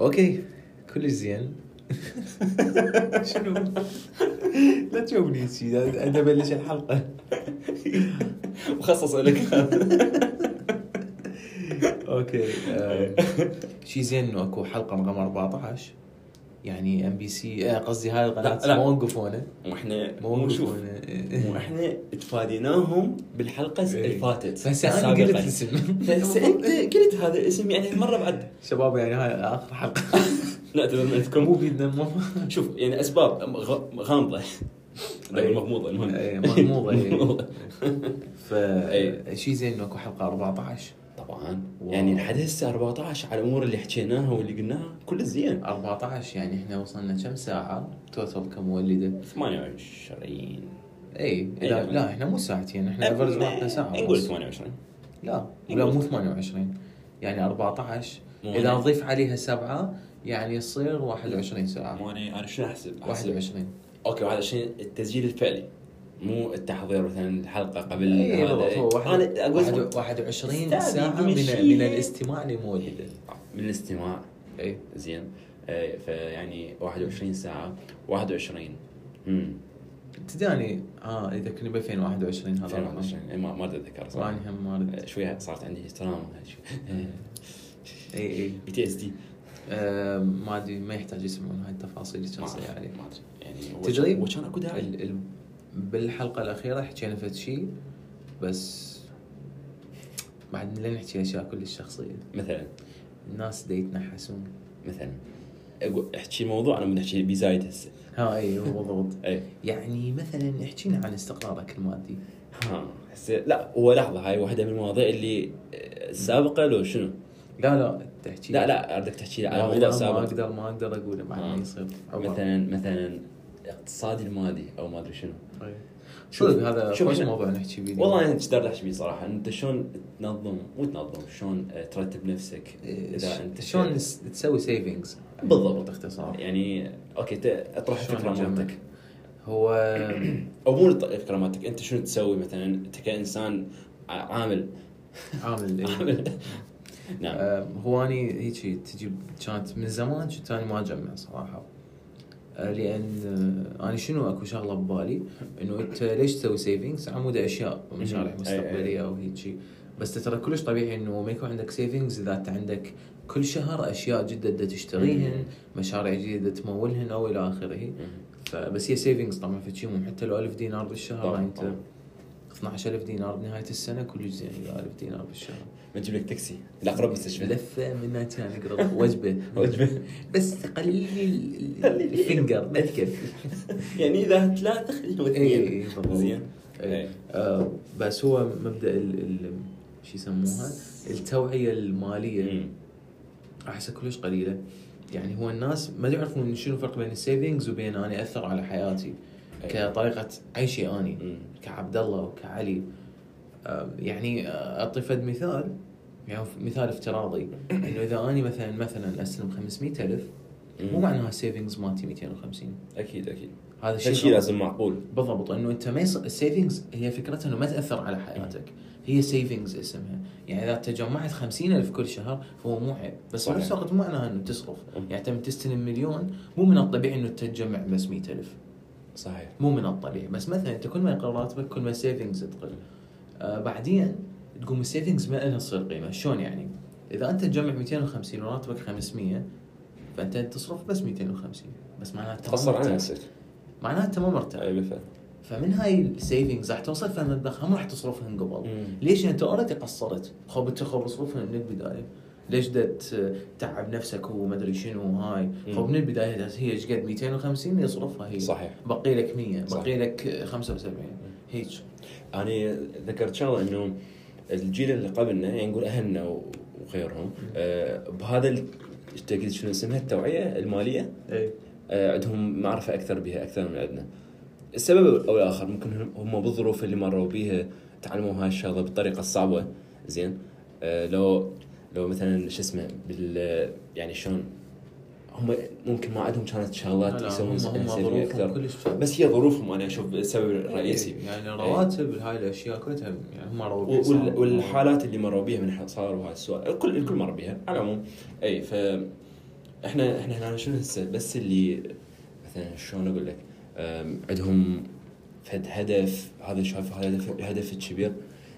اوكي كلش زين شنو؟ لا تجاوبني شي انا بلش الحلقه مخصص لك هذا اوكي آم، شي زين انه اكو حلقه رقم 14 يعني ام بي سي قصدي هاي لا، القناه لا. ما وقفوا هنا واحنا ما مو شوف وقفوا هنا مو احنا تفاديناهم بالحلقه إيه. اللي فاتت بس انا قلت السابقة. اسم بس انت قلت هذا الاسم يعني المره بعد شباب يعني هاي اخر حلقه لا تذكر مو اذكركم بيدنا مو شوف يعني اسباب غ- غامضه لا، إيه. مغموضه المهم إيه، مغموضة، إيه. مغموضة. إيه. فشي زين انه اكو حلقه 14 طبعا واو. يعني لحد هسه 14 على الامور اللي حكيناها واللي قلناها كله زين 14 يعني احنا وصلنا كم ساعه توتال كمولده 28 اي لا, أيوة. إيه، لا احنا مو ساعتين احنا افرج واحده ساعه نقول ونص. 28 لا لا نقول مو 28 يعني 14 مو اذا أنا- نضيف عليها سبعه يعني يصير 21 ساعه مو انا انا شنو احسب؟ احسب 21 اوكي وهذا الشيء التسجيل الفعلي مو التحضير مثلا الحلقه قبل اي هذا. إيه، بالضبط هو واحد- انا اقول واحد- لكم 21 استاذ ساعه من يمشي. من الاستماع إيه. لمولده من الاستماع اي زين آه، فيعني 21 ساعه 21 امم ابتداني اه اذا كنا ب 2021 هذا الرقم. 21 إيه، ما ما اتذكر صراحه وأنا هم مارد آه، شويه صارت عندي تراما إيه. اي اي بي تي اس دي إيه، آه، ما ادري ما يحتاج يسمعون هاي التفاصيل ما الشخصيه أعرف، عليه ما ادري يعني هو تدري؟ كان- هو كان اكو داعي ال... ال... بالحلقه الاخيره حكينا فد شيء بس بعد لين نحكي اشياء كلش شخصيه مثلا الناس دا يتنحسون مثلا أقول- احكي موضوع انا بدي احكي بيه زايد هسه إيه. ها اي هو بالضبط اي يعني مثلا احكينا عن استقرارك المادي ها هسه لا هو لحظه هاي واحده من المواضيع اللي آه، السابقه لو شنو؟ لا لا تحكي لا يعني لا اردك تحكي لي على والله موضوع ما سابق اقدر ما اقدر اقوله بعد ما آه. يصير عبر. مثلا مثلا اقتصادي المالي او ما ادري شنو إي. شوف- صدق هذا شوف خوش إحنا- موضوع نحكي بيه والله انا ايش احكي بيه صراحه انت شلون تنظم مو تنظم شلون آه، ترتب نفسك اذا انت إيه، شلون نس- تسوي سيفنجز بالضبط. باختصار يعني اوكي ت- اطرح شلون فكره نجمع؟ مالتك هو او مو الفكره مالتك انت شنو تسوي مثلا انت كانسان ع- عامل عامل إيه. عامل نعم آه، هو اني هيك تجي كانت من زمان كنت اني ما اجمع صراحه آه، لان آه، انا شنو اكو شغله ببالي انه انت ليش تسوي سيفنجز عمود اشياء مشاريع أي- أي. مستقبليه او هيك بس ترى كلش طبيعي انه ما يكون عندك سيفنجز اذا انت عندك كل شهر اشياء جديده دا تشتريهن مشاريع جديده تمولهن او الى اخره فبس هي سيفنجز طبعا فتشيهم حتى لو 1000 دينار بالشهر طبعاً، انت طبعاً. 12000 دينار بنهايه السنه كلش زين اذا 1000 دينار بالشهر بنجيب لك تاكسي لاقرب مستشفى لفه من كان اقرب وجبه وجبة. بس قلل ال- قلل. الفنجر ما تكفي يعني اذا ثلاثه خليهم إي، اثنين إي، بالضبط. إيه. زين إيه. إي. إي. إيه، آه، بس هو مبدا ال ال شو يسموها إيه. التوعيه الماليه مم. احسها كلش قليله يعني هو الناس ما يعرفون شنو الفرق بين السيفنجز وبين انا اثر على حياتي إي. كطريقه عيشي اني مم. كعبد الله وكعلي آه، يعني آه، اعطي فد مثال يعني مثال افتراضي انه اذا اني مثلا مثلا استلم 500000 مو مم. معناها السيفنجز مالتي 250 اكيد اكيد هذا الشيء هالشيء غلط. لازم معقول بالضبط انه انت ما يص... السيفنجز هي فكرتها انه ما تاثر على حياتك هي سيفنجز اسمها يعني اذا انت جمعت 50000 كل شهر فهو مو عيب بس صحيح. بنفس الوقت مو معناها انه تصرف مم. يعني انت من تستلم مليون مو من الطبيعي انه انت تجمع بس 100000 صحيح مو من الطبيعي بس مثلا انت كل ما يقل راتبك كل ما السيفنجز تقل آه بعدين تقوم السيفنجز ما لها تصير قيمه شلون يعني؟ اذا انت تجمع 250 وراتبك 500 فانت تصرف بس 250 بس معناته تقصر على نفسك معناته ما مرتاح اي بالفعل فمن هاي السيفنجز راح توصل فمبلغ هم راح تصرفهن قبل مم. ليش انت اوريدي قصرت خب انت خب اصرفهن من البدايه ليش دا تتعب نفسك ومدري شنو هاي خب من البدايه هي ايش قد 250 يصرفها هي صحيح بقي لك 100 صح. بقي لك 75 هيك انا ذكرت شغله انه الجيل اللي قبلنا يعني نقول اهلنا و- وغيرهم آه، بهذا ال- إيش تقول شنو اسمها التوعيه الماليه اي آه، عندهم معرفه اكثر بها اكثر من عندنا السبب او الاخر ممكن هم- هم بالظروف اللي مروا بيها تعلموا هاي الشغله بالطريقه الصعبه زين آه، لو لو مثلا شو اسمه بال يعني شلون هم ممكن ما عندهم كانت شغلات هم يسوون هم سيفنج ظروفهم اكثر كلش بس هي ظروفهم انا اشوف السبب الرئيسي إي، يعني رواتب هاي الاشياء كلها يعني هم وال- رواتب وال- والحالات اللي مروا بيها من حصار وهذا السؤال الكل الكل مر بيها على العموم اي ف احنا احنا هنا شنو هسه بس اللي مثلا شلون اقول لك أم، عندهم فد هدف هذا شاف هذا الهدف الهدف الكبير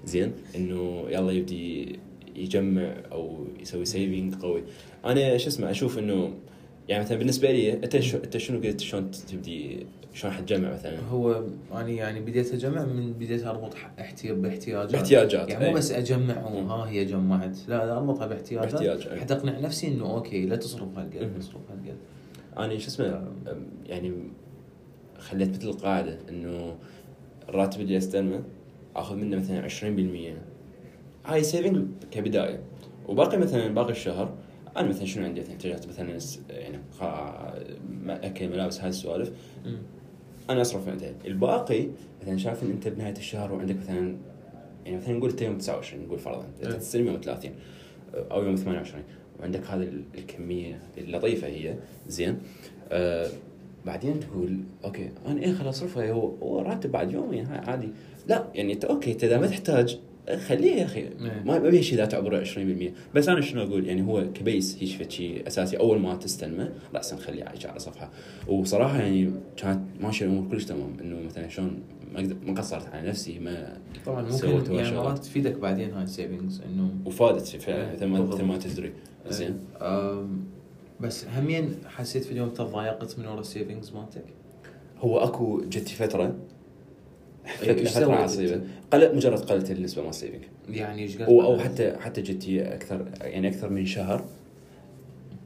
زين انه يلا يبدي يجمع او يسوي سيفنج قوي انا شو اسمه اشوف انه يعني مثلا بالنسبه لي انت شو- انت شنو قلت شلون تبدي شلون حتجمع مثلا هو انا يعني بديت اجمع من بديت اربط ح- احتي... باحتياجات باحتياجات، يعني أي. مو بس اجمع مم. وها هي جمعت لا لا اربطها باحتياجات باحتياج، أي. حتى اقنع نفسي انه اوكي لا تصرف هالقد مم. تصرف هالقد انا شو اسمه أم، يعني خليت مثل القاعده انه الراتب اللي استلمه اخذ منه مثلا 20% هاي سيفنج كبدايه وباقي مثلا باقي الشهر انا مثلا شنو عندي مثلا احتياجات مثلا س- يعني قاع- م- اكل ملابس هاي السوالف مم. انا اصرف عندها الباقي مثلا شايف ان انت بنهايه الشهر وعندك مثلا يعني مثلا نقول انت يوم 29 نقول فرضا انت إيه. تستلم يوم 30 او يوم 28 وعندك هذه ال- الكميه اللطيفه هي زين آه بعدين تقول اوكي انا ايه خلاص اصرفها هو هو راتب بعد يومين هاي عادي لا يعني انت اوكي انت اذا ما تحتاج خليها يا اخي إيه. ما ما بي شيء ذا تعبر 20% بس انا شنو اقول يعني هو كبيس هيش فد شيء اساسي اول ما تستلمه راسا خليه عايش على صفحه وصراحه يعني كانت ماشيه الامور كلش تمام انه مثلا شلون ما أقدر- ما قصرت على نفسي ما طبعا سويت ممكن يعني شغلات. مرات تفيدك بعدين هاي السيفنجز انه وفادت فعلا مثل ما بالضبط. إيه. مثل ما تدري زين أم، بس همين حسيت في اليوم تضايقت من ورا السيفنجز مالتك؟ هو اكو جتي فتره إيه، إيش فتره سويت عصيبه قلت مجرد قلت النسبه مال سيفنج يعني ايش قد او او حتى حتى جتي اكثر يعني اكثر من شهر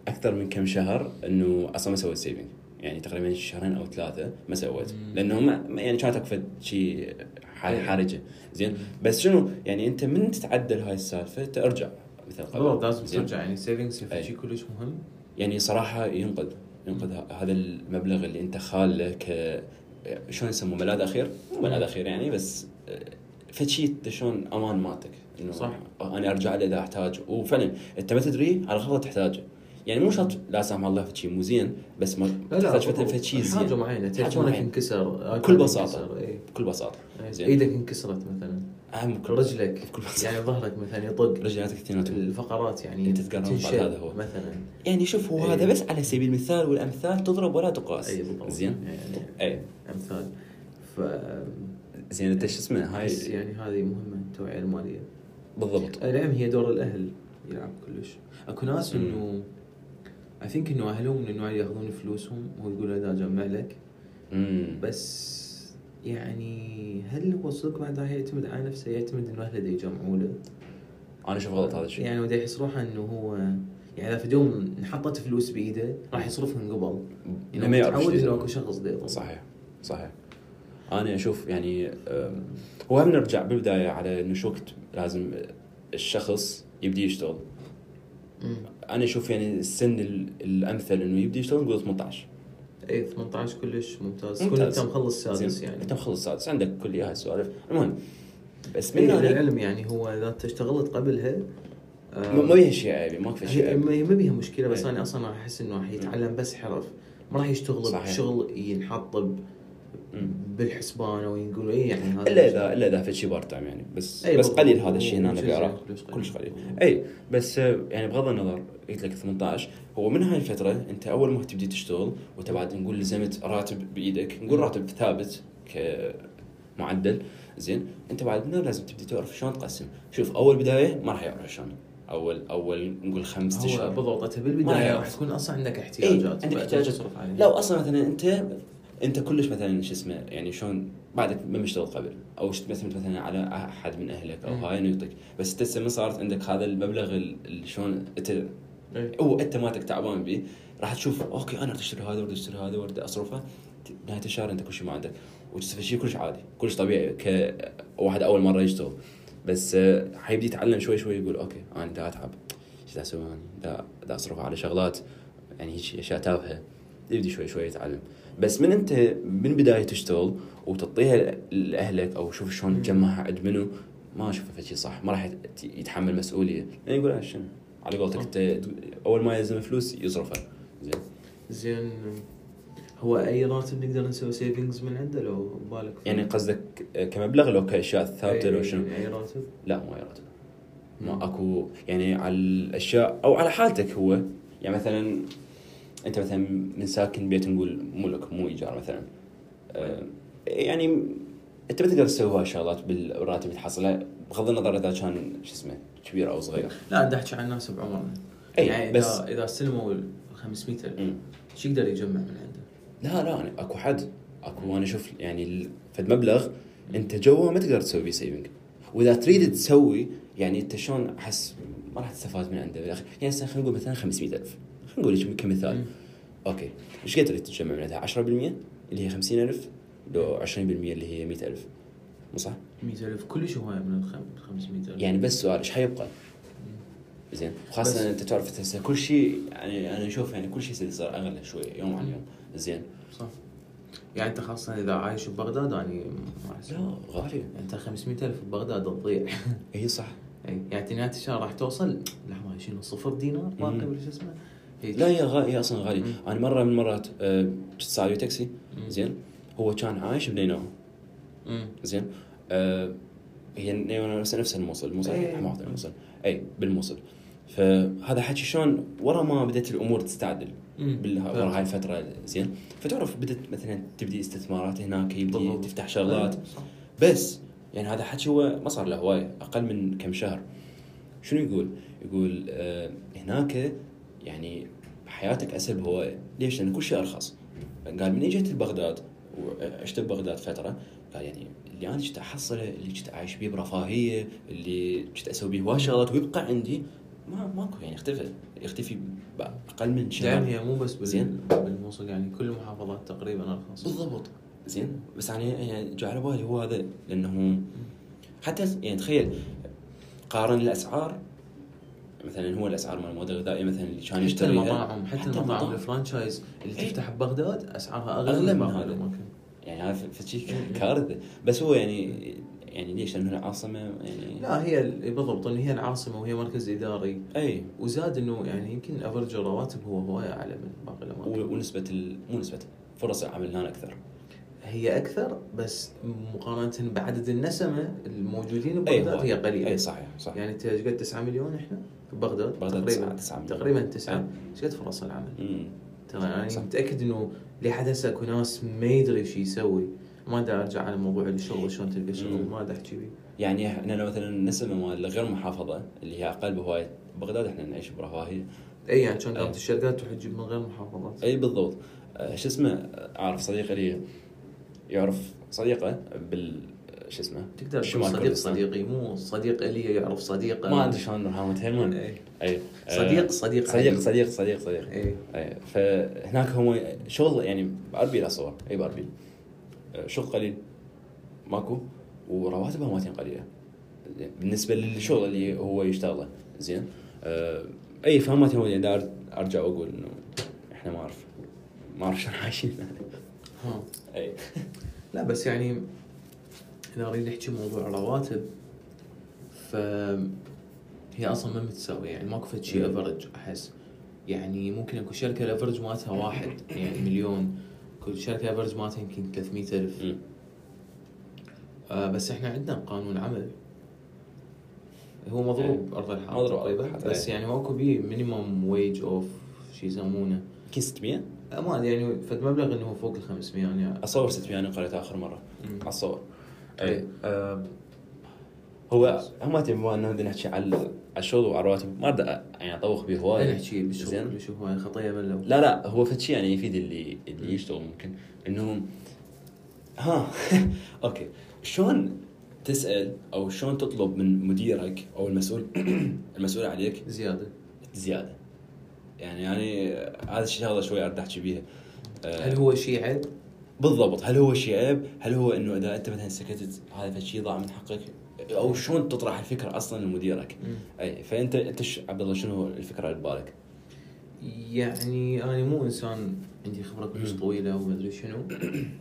اكثر من كم شهر انه اصلا ما سويت سيفنج يعني تقريبا شهرين او ثلاثه ما سويت مم. لانه ما ما- يعني كانت اكو شيء أي. حرجه زين مم. بس شنو يعني انت من تتعدل هاي السالفه ترجع مثل بالضبط قبل لازم زين؟ ترجع يعني السيفنجز أي. شيء كلش مهم يعني صراحه ينقذ ينقذ ه- هذا المبلغ اللي انت خاله ك آه، شلون يسموه ملاذ اخير مو ملاذ اخير يعني بس آه، فد شيء انت شلون امان مالتك إنه صح. انا ارجع له اذا احتاج وفعلا انت ما تدري على خطه تحتاجه يعني مو شرط لا سمح الله فد شيء مو زين بس ما تحتاج مثلا فد شيء حاجه زين معينه حاجة تليفونك معينة. انكسر بكل بساطة. انكسر، إي. بكل بساطه زين. ايدك انكسرت مثلا اهم كل إيه، رجلك بكل بساطه يعني ظهرك مثلا يطق رجلاتك اثنيناتهم الفقرات يعني أنت تقرر بعد تنشل هذا هو. مثلا يعني شوف هو إي. هذا بس على سبيل المثال والامثال تضرب ولا تقاس اي إيه. بالضبط زين يعني اي امثال ف زين انت شو اسمه أحس هاي يعني هذه مهمه التوعيه الماليه بالضبط نعم هي دور الاهل يلعب كلش اكو ناس مم. انه اي ثينك انه اهلهم من النوع اللي ياخذون فلوسهم وهو يقول له اذا اجمع لك مم. بس يعني هل هو صدق بعد راح يعتمد على نفسه يعتمد انه اهله دا يجمعوا له انا اشوف غلط هذا الشيء يعني ودا يحس روحه انه هو يعني اذا في يوم انحطت فلوس بايده راح يصرفها من قبل إنه يعني ما هو يعرف متعود شو انه يسوي. اكو شخص دا يطلع صحيح صحيح انا اشوف يعني أم، هو هم نرجع بالبدايه على انه شو وقت لازم الشخص يبدي يشتغل مم. انا اشوف يعني السن ال- الامثل انه يبدي يشتغل نقول 18 اي 18 إيه، كلش ممتاز ممتاز. تكون انت مخلص سادس زين؟ يعني انت مخلص سادس عندك كليه هاي السوالف المهم بس من إيه هنا للعلم يعني هو اذا انت اشتغلت قبلها آه، ما ما بيها شيء عيب ما في شيء هي عيب ما ما بيها مشكله بس إيه. انا اصلا راح احس انه راح يتعلم بس حرف ما راح يشتغل صحيح. بشغل ينحط ب- مم. بالحسبان او يقول اي يعني هذا الا اذا الا اذا في شيء بارت تايم يعني بس أي بس بالضبط. قليل هذا الشيء هنا انا كلش بيراه قليل، كلش قليل. كلش قليل اي بس آه، يعني بغض النظر قلت لك 18 هو من هاي الفتره انت اول ما تبدي تشتغل وانت بعد نقول لزمت راتب بايدك نقول راتب ثابت كمعدل زين انت بعد منها لازم تبدي تعرف شلون تقسم شوف اول بدايه ما راح يعرف شلون اول اول نقول خمسة هو اشهر بالضبط انت ما بالبدايه يعرف. إيه، راح تكون اصلا عندك احتياجات عندك بعدين احتياجات. تصرف عليها. لو اصلا مثلا انت انت كلش مثلا شو اسمه يعني شلون بعدك ما مشتغل قبل او تعتمد مثلا على احد من اهلك او مم. هاي إنه يعطيك بس انت هسه ما صارت عندك هذا المبلغ ال- ال- شلون انت إيه. هو انت مالتك تعبان بيه راح تشوف اوكي انا بدي اشتري هذا وبدي اشتري هذا وبدي اصرفه ت- نهايه الشهر انت كل شيء ما عندك وتستفيد شيء كلش عادي كلش طبيعي كواحد اول مره يشتغل بس آه، حيبدي يتعلم شوي شوي يقول اوكي انا دا اتعب ايش دا اسوي انا؟ دا, دا اصرف على شغلات يعني هيك اشياء تافهه يبدي شوي شوي يتعلم بس من انت من بدايه تشتغل وتعطيها لاهلك او شوف شلون تجمعها عند منو ما اشوفه شيء صح ما راح يت- يتحمل مسؤوليه يعني يقول آه، شنو آه. على قولتك صح. انت اول ما يلزم فلوس يصرفها زين زين هو اي راتب نقدر نسوي سيفنجز من عنده لو بالك في- يعني قصدك كمبلغ لو كاشياء ثابته أي- لو شنو اي راتب لا ما يراتب ما اكو يعني على الاشياء او على حالتك هو يعني مثلا انت مثلا من ساكن بيت نقول ملك مو ايجار مثلا آه، يعني انت ما تقدر تسوي هاي الشغلات بالراتب اللي تحصله بغض النظر اذا كان شو اسمه كبير او صغير لا بدي احكي عن ناس بعمرنا أي، يعني إيه، بس- اذا اذا استلموا ال 500 الف مم. شو يقدر يجمع من عنده؟ لا لا أنا اكو حد اكو انا شوف يعني ال- فد مبلغ انت جوا ما تقدر تسوي فيه سيفنج واذا تريد تسوي يعني انت شلون احس ما راح تستفاد من عنده بالاخير يعني هسه خلينا نقول مثلا 500000 خلينا نقول هيك كمثال مم. اوكي ايش قد تريد تجمع من عندها 10% اللي هي 50000 لو 20% اللي هي 100000 مو صح؟ 100000 كلش هواي من ال 500000 يعني بس سؤال ايش حيبقى؟ زين بس- خاصة انت تعرف هسه كل شيء يعني انا اشوف يعني كل شيء يصير- صار اغلى شوي يوم عن يوم زين صح يعني انت خاصه اذا عايش ببغداد يعني ما أحس- لا غالية يعني انت 500000 ببغداد تضيع هي صح أي، يعني نهايه الشهر راح توصل لحظه شنو صفر دينار ما مم. قبل شو اسمه هيك. لا هي غا... هي اصلا غالية مم. انا مره من المرات آه، كنت صار ويا تاكسي مم. زين هو كان عايش بنينوى مم. زين آه، هي نينوى نفسها نفسها الموصل الموصل إيه. ما أعرف الموصل اي بالموصل فهذا حكي شلون ورا ما بدات الامور تستعدل مم. بال- فهمت. ورا هاي الفتره زين فتعرف بدات مثلا تبدي استثمارات هناك يبدي بالضبط. تفتح شغلات صح. بس يعني هذا حكي هو ما صار له هوايه اقل من كم شهر شنو يقول؟ يقول آه هناك يعني حياتك اسهل بهوايه، ليش؟ لان كل شيء ارخص. قال من اجيت لبغداد وعشت آه، ببغداد فتره قال يعني اللي انا كنت احصله اللي كنت عايش بيه برفاهيه اللي كنت اسوي بيه هواي شغلات ويبقى عندي ما ماكو يعني اختفى يختفي باقل من يعني شهر هي مو بس بال... زين. بالموصل يعني كل المحافظات تقريبا ارخص بالضبط زين بس يعني يعني جاء على بالي هو هذا لانه حتى يعني تخيل قارن الاسعار مثلا هو الاسعار مال المواد الغذائيه مثلا اللي كان حتى يشتريها المطاعم حتى, المطاعم الفرانشايز اللي إيه. تفتح ببغداد اسعارها أغلى اغلى من من هذا. هذا يعني هذا إيه. فشي كارثه بس هو يعني يعني ليش لانه العاصمه يعني لا هي ال- إيه، بالضبط ان هي العاصمه وهي مركز اداري اي وزاد انه يعني يمكن افرج الرواتب هو هوايه اعلى من باقي و- الاماكن ونسبه ال... مو نسبه فرص العمل هنا اكثر هي اكثر بس مقارنه بعدد النسمه الموجودين اي ببغداد هو- هي قليله اي أيوة، صح صح يعني انت ايش قد 9 مليون احنا ببغداد بغداد تقريبا 9 مليون. تقريبا 9 أي. ايش قد فرص العمل؟ أمم. ترى يعني صح. متاكد انه لحد هسه اكو ناس ما يدري شو يسوي ما ادري ارجع على موضوع الشغل شلون تلقى شغل مم. ما ادري احكي بيه يعني احنا لو مثلا النسمه مال غير محافظه اللي هي اقل بهوايه بغداد احنا نعيش برفاهيه اي يعني كان أي. قامت الشركات تروح تجيب من غير محافظات اي بالضبط آه، شو اسمه اعرف صديقه لي يعرف صديقه بال شو اسمه تقدر تقول شمال صديق كردستان. صديقي مو صديق الي يعرف صديقه ما ادري شلون رحمت هيمن أي. اي آه، آه. صديق صديق إيه. صديق صديق صديق صديق اي اي فهناك هم شغل يعني باربيل اصور اي باربيل آه، شغل قليل ماكو ورواتبها مالتين قليله زين. بالنسبه للشغل اللي هو يشتغله زين آه، اي فهم يعني مالتين قليلة. دا أر- ارجع واقول انه احنا ما اعرف ما اعرف شلون عايشين ها. اي لا بس يعني اذا اريد احكي موضوع الرواتب ف هي اصلا ما متساويه يعني ماكو فد شيء افرج احس يعني ممكن اكو شركه الافرج مالتها واحد يعني مليون كل شركه الافرج مالتها يمكن 300 الف مم. آه بس احنا عندنا قانون عمل هو مضروب ارض الحائط إيه. مضروب أرض تقريبا الحائط، بس إيه. يعني ماكو بيه مينيمم ويج اوف شي يسمونه يمكن 600 آه، ما ادري يعني فد مبلغ انه فوق ال 500 يعني اصور 600 انا قريتها اخر مره مم. اصور إيه. اي آه، هو هم تبغى انه بدنا نحكي على على الشغل وعلى الرواتب ما بدي أ- يعني اطوخ به ما هواي نحكي زين. بالشغل شوف هاي خطيه بلو لا لا هو فد شيء يعني يفيد اللي اللي يشتغل ممكن انه ها اوكي شلون تسال او شلون تطلب من مديرك او المسؤول المسؤول عليك زياده زياده يعني يعني هذا الشيء شغله شوي ارد احكي بيها آه، هل هو شيء عيب؟ بالضبط هل هو شيء عيب؟ هل هو انه اذا انت مثلا سكتت هذا فشي ضاع من حقك؟ او شلون تطرح الفكره اصلا لمديرك؟ اي فانت انت ش- عبد الله شنو الفكره اللي ببالك؟ يعني انا مو انسان عندي خبره كلش مم. طويله وما ادري شنو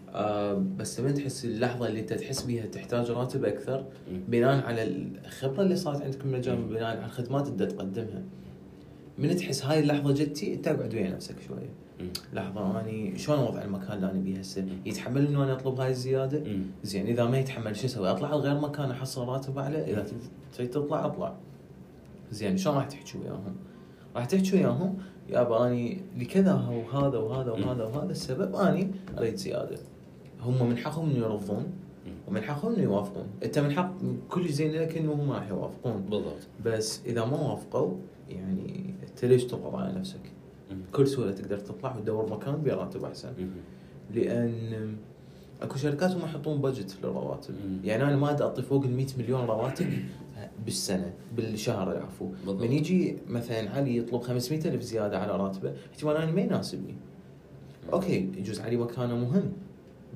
آه بس لما تحس اللحظه اللي انت تحس بيها تحتاج راتب اكثر مم. بناء على الخبره اللي صارت عندك بالمجال بناء على الخدمات اللي تقدمها من تحس هاي اللحظه جتي انت اقعد ويا نفسك شويه مم. لحظه اني شلون اوضع المكان اللي انا بيه هسه يتحمل انه انا اطلب هاي الزياده مم. زين اذا ما يتحمل شو اسوي؟ اطلع لغير مكان احصل راتب اعلى اذا تريد تطلع اطلع. زين شلون راح تحكي وياهم؟ راح تحكي وياهم يابا اني لكذا وهذا وهذا وهذا وهذا السبب اني اريد زياده هم من حقهم انه يرفضون ومن حقهم انه يوافقون انت من حق كل زين لك انه هم راح يوافقون بالضبط بس اذا ما وافقوا يعني انت ليش تضغط على نفسك؟ بكل سهوله تقدر تطلع وتدور مكان براتب احسن لان اكو شركات هم يحطون بادجت للرواتب مم. يعني انا ما أقدر اعطي فوق ال 100 مليون رواتب بالسنه بالشهر العفو بالضبط. من يجي مثلا علي يطلب 500 الف زياده على راتبه احتمال انا ما يناسبني اوكي يجوز علي مكانه مهم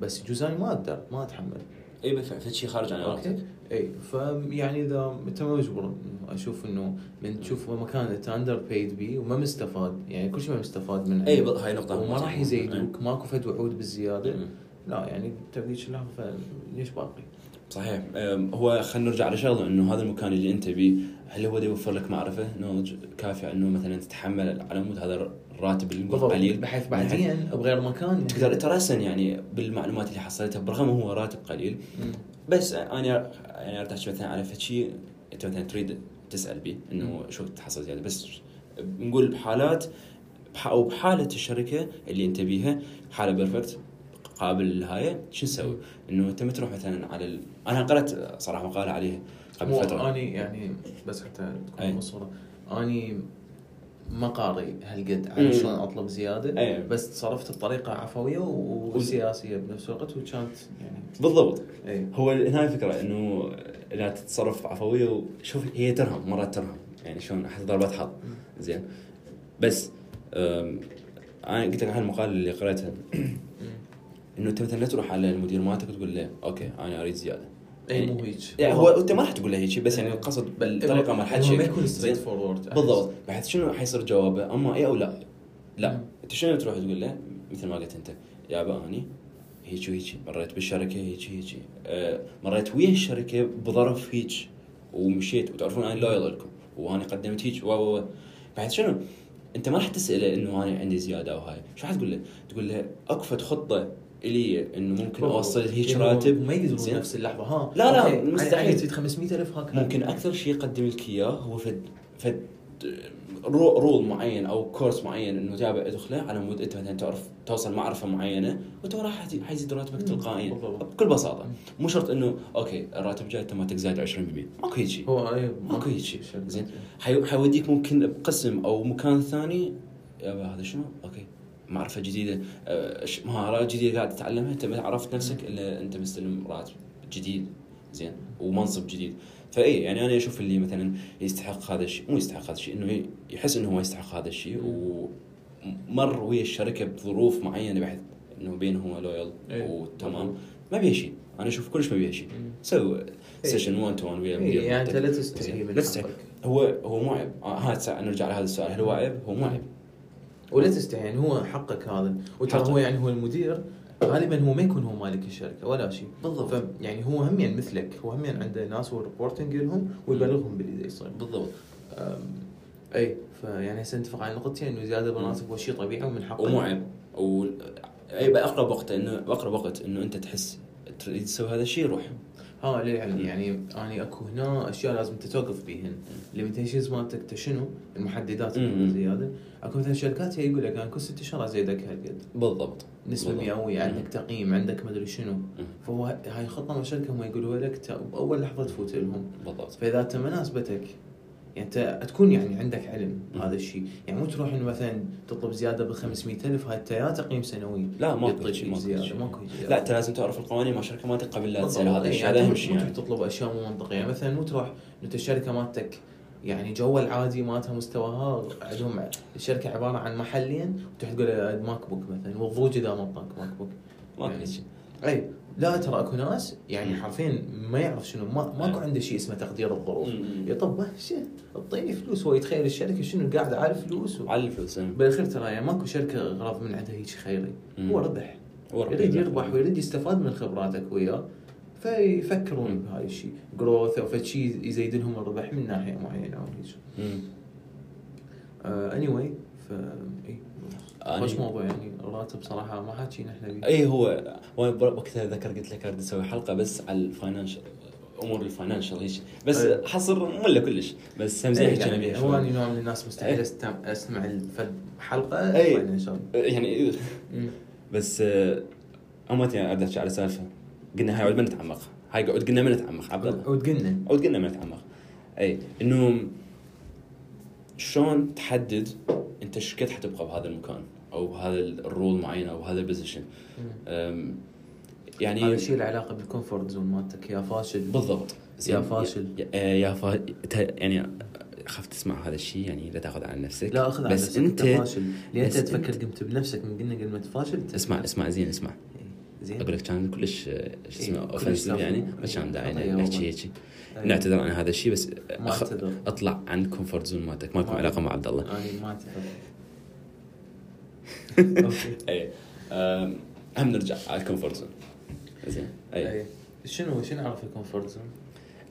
بس يجوز انا ما اقدر ما اتحمل اي بس فد شيء خارج عن ارادتك اي فيعني اذا انت مجبر إنه اشوف انه من تشوف مكان انت اندر بيد بيه وما مستفاد يعني كل شيء ما مستفاد منه اي بل- هاي نقطه وما مهمة. راح يزيدوك ماكو فد وعود بالزياده مم. لا يعني انت بذيك اللحظه ليش باقي؟ صحيح أم، هو خلينا نرجع لشغله انه هذا المكان اللي انت بيه هل هو دا يوفر لك معرفه نولج كافيه انه مثلا تتحمل على مود هذا الراتب اللي نقول قليل بحيث من حيث بعدين بغير مكان تقدر انت راسا يعني بالمعلومات اللي حصلتها برغم هو راتب قليل مم. بس انا يعني ارتحت مثلا على فشي انت مثلا تريد تسال بيه انه شو تحصل زياده بس نقول بحالات بح او بحاله الشركه اللي انت بيها حاله بيرفكت قابل للهاي شو نسوي؟ انه انت ما تروح مثلا على ال... انا قرات صراحه مقاله عليها قبل مو فتره اني يعني بس حتى أي. تكون الصوره اني ما قاري هالقد مم. على شلون اطلب زياده أي. بس تصرفت بطريقه عفويه و- وسياسيه بنفس الوقت وكانت يعني بالضبط اي هو ال- هنا الفكره انه لا تتصرف عفويه وشوف هي ترهم مرات ترهم يعني شلون احس ضربات حظ زين بس أم، انا قلت لك عن المقاله اللي قريتها انه انت مثلا لا تروح على المدير مالتك وتقول له اوكي انا اريد زياده اي يعني- مو هيج يعني هو انت ما راح تقول له هيك شي، بس يعني القصد بالطريقه ما هو ما حد يكون ستريت فورورد بالضبط بحيث شنو حيصير جوابه اما اي او لا لا مم. انت شنو تروح تقول له مثل ما قلت انت يابا اني هيك وهيك مريت بالشركه هيك هيك آه، مريت ويا الشركه بظرف هيك ومشيت وتعرفون انا لويال لكم وانا قدمت هيك و و و. بحيث شنو انت ما راح تساله انه انا عندي زياده او هاي شو راح تقول له؟ تقول له اكفت خطه الي انه ممكن اوصل هيك يعني راتب ما يقدرون زين. نفس اللحظه ها لا، لا، أوكي، أنا- مستحيل. أنا تريد 500000 هكذا ممكن اكثر شيء يقدم لك اياه هو فد فد رو- رول معين او كورس معين انه تابع ادخله على مود انت مثلا تعرف توصل معرفه معينه وانت راح حت- حيزيد راتبك مم، تلقائيا بالضبط. بكل بساطه مو شرط انه اوكي الراتب جاي انت مالتك زايد 20% ماكو هيك شيء هو أيوة، اي ماكو هيك شيء زين حي- حيوديك ممكن بقسم او مكان ثاني يابا هذا شنو؟ اوكي معرفه جديده آه، ش- مهاره جديده قاعد تتعلمها انت ما عرفت نفسك الا انت مستلم راتب جديد زين ومنصب جديد فاي يعني انا اشوف اللي مثلا يستحق هذا الشيء مو يستحق هذا الشيء انه ي- يحس انه هو يستحق هذا الشيء ومر ويا الشركه بظروف معينه بحيث انه بينه هو لويال إيه. وتمام ما بيها شيء انا اشوف كلش ما بيها شيء سوي سيشن 1 تو 1 ويا المدير إيه. يعني انت لا مالتك. تستحي زين. من إيه، لا تستحي حقك هو هو مو عيب آه، هذا سا- نرجع لهذا السؤال هل هو عيب؟ هو مو عيب ولا تستحي يعني هو حقك هذا وترى حقك. هو يعني هو المدير غالبا هو ما يكون هو مالك الشركه ولا شيء بالضبط. يعني هو هم يعني مثلك هو هم يعني عنده ناس هو ريبورتنج لهم ويبلغهم باللي دا يصير بالضبط أم، اي فيعني هسه نتفق على نقطتين انه زياده بالراتب هو شيء طبيعي ومن حقك ومو عيب و عيب اقرب وقت انه اقرب وقت انه انت تحس تريد تسوي هذا الشيء روح ها للعلم يعني اني اكو هنا اشياء لازم تتوقف بيهن ليمتيشنز مالتك انت شنو المحددات مم. الزياده اكو مثلا شركات هي يقول لك انا كل ست اشهر ازيدك هالقد بالضبط نسبه بالضبط. مئويه مم. عندك تقييم عندك مدري شنو مم. فهو هاي الخطه مال الشركه هم يقولوها لك تا- باول لحظه تفوت لهم بالضبط فاذا انت ما ناسبتك يعني انت تكون يعني عندك علم مم. هذا الشيء يعني مو تروح انه مثلا تطلب زياده ب 500000 هاي انت يا تقييم سنوي لا ماكو يعطيك هيك شيء، ماكو هيك زياده شيء. ماكو زيادة. لا انت لازم تعرف القوانين مال الشركه مالتك قبل لا تسال بالضبط. هذا إيه، الشيء يعني هذا مو- اهم شيء مو يعني. تروح تطلب اشياء مو منطقيه يعني مثلا مو تروح انت الشركه مالتك يعني جو العادي مالتها مستواها عندهم الشركه عباره عن محلين وتروح تقول له ماك بوك مثلا والضوج اذا ما طاك ماك بوك ماكو يعني هيك شيء اي لا ترى اكو ناس يعني حرفيا ما يعرف شنو ما ماكو أي. عنده شيء اسمه تقدير الظروف مم. يطب شيء اعطيني فلوس هو يتخيل الشركه شنو قاعد على الفلوس و... على الفلوس إيه. بالاخير ترى يعني ماكو شركه غرض من عندها هيك خيري مم. هو ربح هو ربي يريد يربح ويريد يستفاد من خبراتك وياه فيفكرون مم. بهاي الشيء جروث او فد شيء يزيد لهم الربح من ناحيه معينه او هيك مم. اني واي ف اي أنا- خوش موضوع يعني راتب صراحه ما إيه، حاكي نحن بيه اي هو وانا بر- وقتها ذكر قلت لك اريد اسوي حلقه بس على الفاينانشال امور الفاينانشال هيك بس أي. حصر مو كلش بس هم زين إيه، حكينا بيها يعني هو شوي. اني نوع من الناس مستحيل إيه. أستم- اسمع الفد حلقه إيه. فاين ان شاء الله يعني أمم. بس آه، عمرت يعني ارد احكي على سالفه قلنا هاي عود ما نتعمق هاي قعد قلنا ما نتعمق عبد الله وتقلنا عود قلنا ما نتعمق اي انه شلون تحدد انت ايش قد حتبقى بهذا المكان او بهذا الرول معين او بهذا البوزيشن يعني هذا الشيء له علاقه بالكومفورت زون مالتك يا فاشل بالضبط يعني يا فاشل. يا, آه، يا فا... ت- يعني خفت تسمع هذا الشيء يعني لا تاخذ على نفسك لا اخذ على بس نفسك انت فاشل لان انت بس تفكر قمت بنفسك من قلنا كلمه فاشل أنت- اسمع اسمع زين اسمع زين اقول لك كان كلش آه، شو اسمه إيه، كلش اوفنسيف سافر. يعني ما كان داعي خطأ يا والله. نحكي هيك أي. نعتذر عن هذا الشيء بس ما أخ- اعتذر اطلع عن الكومفورت زون مالتك ما لكم علاقه مع عبد الله انا ما اعتذر اوكي اي إيه. آم، هم نرجع على الكومفورت زون زين إيه. اي أي. شنو شنو اعرف الكومفورت زون؟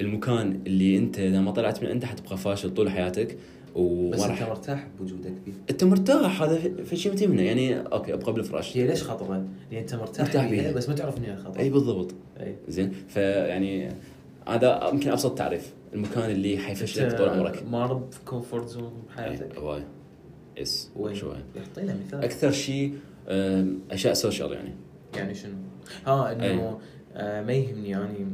المكان اللي انت اذا ما طلعت من عنده حتبقى فاشل طول حياتك بس وما انت راح مرتاح بوجودك فيه انت مرتاح هذا في شيء ما تهمنا يعني اوكي ابقى بالفراش هي ليش خطره؟ لان انت مرتاح, مرتاح فيها بيها. بس ما تعرف انها خطره اي بالضبط اي زين فيعني هذا يمكن ابسط تعريف المكان اللي حيفشلك طول عمرك مارض كومفورت زون بحياتك؟ هواي يس وين؟ شوي اعطينا مثال اكثر شيء أم، اشياء سوشيال يعني يعني شنو؟ ها انه أي. آه ما يهمني يعني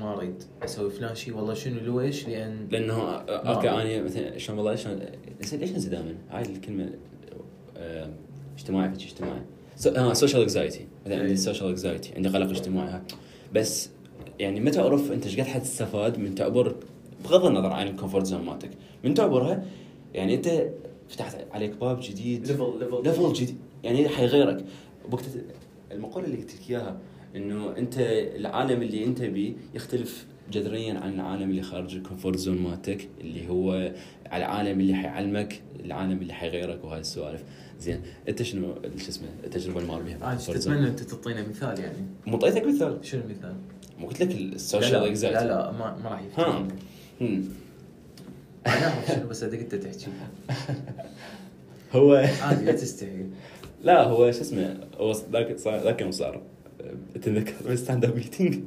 ما اريد اسوي فلان شيء والله شنو لويش لان لانه أ- اوكي انا مثلا شلون والله شلون إنسان ليش انزداما؟ هاي الكلمه أم، اجتماعي في شيء اجتماعي سو- اه سوشيال انكزايتي مثلا أي. عندي سوشيال انكزايتي عندي قلق اجتماعي هاي. بس يعني ما تعرف انت ايش قد حتستفاد من تعبر بغض النظر عن الكومفورت زون مالتك من تعبرها يعني انت فتحت عليك باب جديد ليفل ليفل ليفل جديد يعني حيغيرك وقت المقوله اللي قلت لك اياها انه انت العالم اللي انت بيه يختلف جذريا عن العالم اللي خارج الكومفورت زون مالتك اللي هو العالم اللي حيعلمك العالم اللي حيغيرك وهاي السوالف زين انت شنو شو اسمه التجربه اللي مر بيها مع عاد الكومفورت زون آه، تتمنى انت تعطينا مثال يعني مو اعطيتك مثال شنو المثال؟ مو قلت لك لا السوشيال لا, انكزايتي لا لا ما, ما راح يفتح ها هم. انا اعرف شنو بس ادق انت تحكي هو عادي لا تستحي لا هو شو اسمه هو ذاك صار- ذاك يوم صار أه، تتذكر ستاند اب ميتنج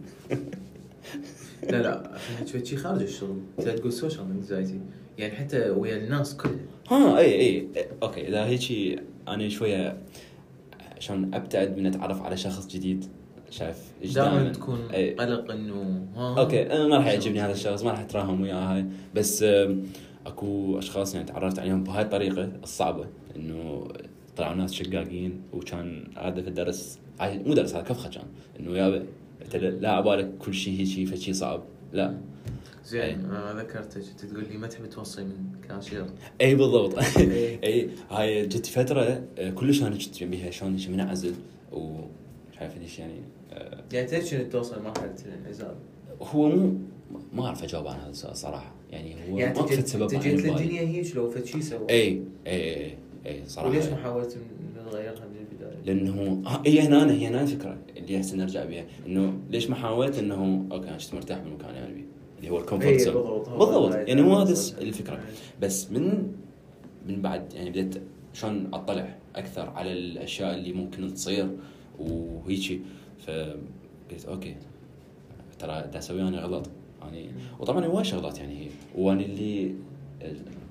لا لا احنا شوي شي خارج الشغل انت تقول سوشيال انكزايتي يعني حتى ويا الناس كلها ها اي اي اوكي اذا هيجي انا شويه عشان ابتعد من اتعرف على شخص جديد شايف إيش دائما تكون إي. قلق انه ها اوكي انا ما راح يعجبني هذا الشخص ما راح اتراهم وياه هاي بس آم، اكو اشخاص يعني تعرفت عليهم بهاي الطريقه الصعبه انه طلعوا ناس شقاقين وكان هذا في الدرس عاي- مو درس هذا كفخه كان انه يابا انت لا على بالك كل شيء هيجي فشي صعب لا زين آه، ذكرتك انت تقول لي ما تحب توصي من كاشير اي إيه، بالضبط إي. اي هاي جت فتره آه، كلش انا جت بيها شلون هيك منعزل ومش عارف ليش يعني آه، يعني تعرف شنو توصل مرحله الانعزال هو مو ما اعرف اجاوب عن هذا السؤال صراحه يعني هو يعني ما اخذ تجيت سبب تجيت معين ببالي. إيه، للدنيا هيك لو فد شي سوى اي اي اي اي صراحه وليش ما حاولت إن نغيرها من البدايه؟ لانه آه، هي هنا أنا- هي هنا الفكره اللي هسه نرجع بيها انه ليش ما حاولت انه اوكي انا كنت مرتاح بالمكان اللي انا بيه اللي هو الكومفورت إي، زون إيه، هو بالضبط هذا يعني هو هذا الصوت. الفكره بس من من بعد يعني بديت شلون اطلع اكثر على الاشياء اللي ممكن تصير وهيجي فقلت اوكي ترى دا اسوي انا غلط يعني وطبعا هواي شغلات يعني هي وانا اللي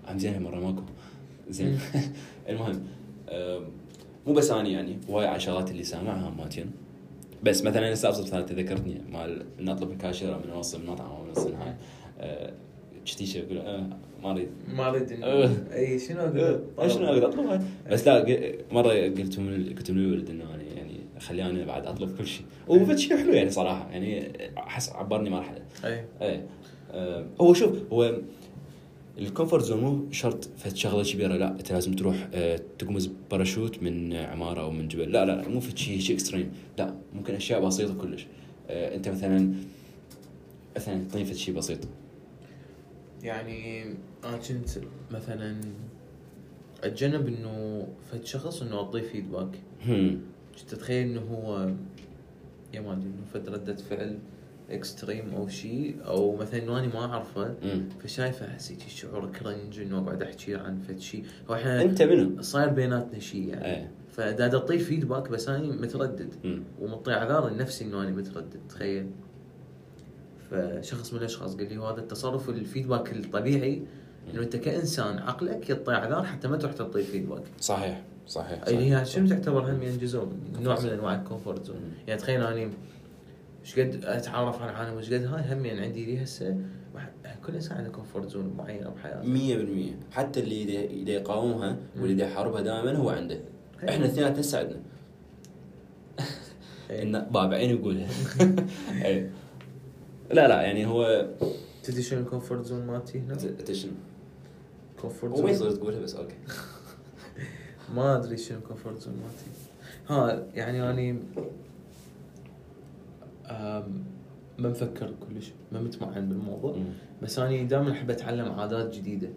عم زين مره ماكو زين المهم أم، مو بس اني يعني هواي على الشغلات اللي سامعها ماتين بس مثلا هسه ابسط مثال تذكرتني مال إن اطلب من كاشيره من اوصل من مطعم او من هاي شتيشه يقول أه، ما اريد ما اريد إنه- أه. اي شنو أه، اقول؟ شنو اقدر اطلبها بس لا ق- مره قلت من- قلت للولد انه انا يعني خليني انا بعد اطلب كل شيء وفد شيء حلو يعني صراحه يعني احس عبرني مرحله اي ايه أه، هو شوف هو الكومفورت زون مو شرط فد شغله كبيره لا انت لازم تروح أه، تقمز باراشوت من عماره او من جبل لا لا لا، مو فد شيء شيء اكستريم لا ممكن اشياء بسيطه كلش أه، انت مثلا مثلا تعطيني فد شيء بسيط يعني انا كنت مثلا اتجنب انه فد شخص انه اعطيه فيدباك هم. كنت اتخيل انه هو يا ما ادري انه فد رده فعل اكستريم او شيء او مثلا انه انا ما اعرفه مم. فشايفه حسيت شي شعور كرنج انه اقعد احكي عن فد شيء هو احنا انت منو؟ صاير بيناتنا شيء يعني ايه فدا اعطيه فيدباك بس انا متردد مم. ومطي اعذار لنفسي انه انا متردد تخيل فشخص من الاشخاص قال لي هو هذا التصرف الفيدباك الطبيعي انه انت كانسان عقلك يعطي اعذار حتى ما تروح تعطيه فيدباك صحيح صحيح اللي صحيح. هي شنو تعتبر هم يعني جزء من- نوع من انواع الكومفورت زون مم. يعني تخيل اني ايش قد اتعرف على العالم وايش قد هاي هم يعني عندي لي هسه مع- كل انسان عنده كومفورت زون معينه بحياته مية بالمية حتى اللي يدي- يدي يقاومها واللي يدي يحاربها دائما هو عنده احنا اثنيناتنا ساعدنا إيه. ان بابعين يقولها إيه. لا لا يعني هو تدري شنو الكومفورت زون مالتي هنا؟ اتشن كومفورت وما زون يصير تقولها بس اوكي ما ادري شنو الكومفورت زون مالتي ها يعني اني أم، ما مفكر كلش ما متمعن بالموضوع مم. بس اني دائما احب اتعلم عادات جديده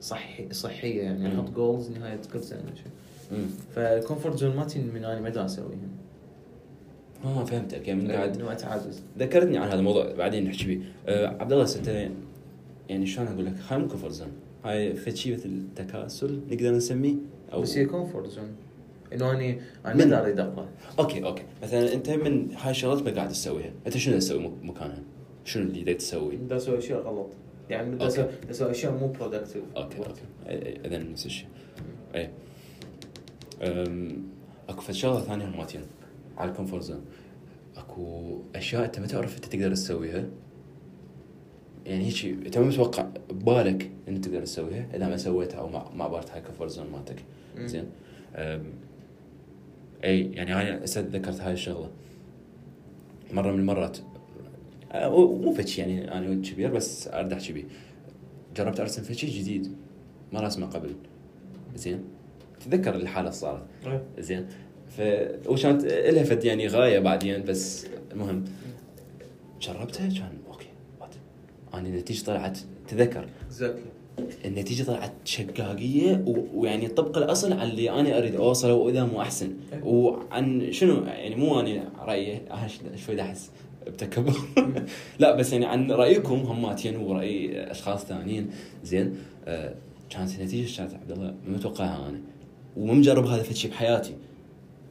صحي صحيه يعني مم. احط جولز نهايه كل سنه ولا شيء مم. فالكومفورت زون مالتي من اني ما يعني. دا اسويها ما فهمتك يعني من قاعد انه اتعزز ذكرتني عن هذا الموضوع بعدين نحكي فيه أه عبد الله ست يعني شلون اقول لك هاي مو كفر زون هاي فد شيء مثل تكاسل نقدر نسميه او بس هي كومفورت زون انه اني انا من- ما اريد اقرا اوكي اوكي مثلا انت من هاي الشغلات ما قاعد تسويها انت شنو تسوي مك- مكانها شنو اللي دا تسوي بدي اسوي اشياء غلط يعني بدي أوكي. اسوي بدي أسوي اشياء مو برودكتيف اوكي اوكي اذا نفس الشيء اي أم، اكو فد شغله ثانيه ماتين على الكومفورت زون اكو اشياء انت ما تعرف انت تقدر تسويها يعني هيك انت ما متوقع ببالك انك تقدر تسويها اذا ما سويتها او ما ما عبرت هاي الكومفورت زون مالتك مم. زين أم، اي يعني انا هسه ذكرت هاي الشغله مره من المرات أه، مو فتش يعني انا ولد كبير بس ارد احكي بيه جربت ارسم فتشي جديد ما رسمه قبل زين تتذكر الحاله اللي صارت إيه. زين ف وكانت لها فد يعني غايه بعدين بس المهم جربتها كان اوكي وات. انا النتيجه طلعت تذكر اكزاكتلي النتيجه طلعت شقاقيه و... ويعني طبق الاصل على اللي انا اريد اوصله واذا مو احسن إيه. وعن شنو يعني مو انا رايي أنا ش- شوي احس بتكبر لا بس يعني عن رايكم هماتين وراي اشخاص ثانيين زين آه، كانت النتيجه كانت عبد الله ما متوقعها انا وما مجرب هذا الشيء بحياتي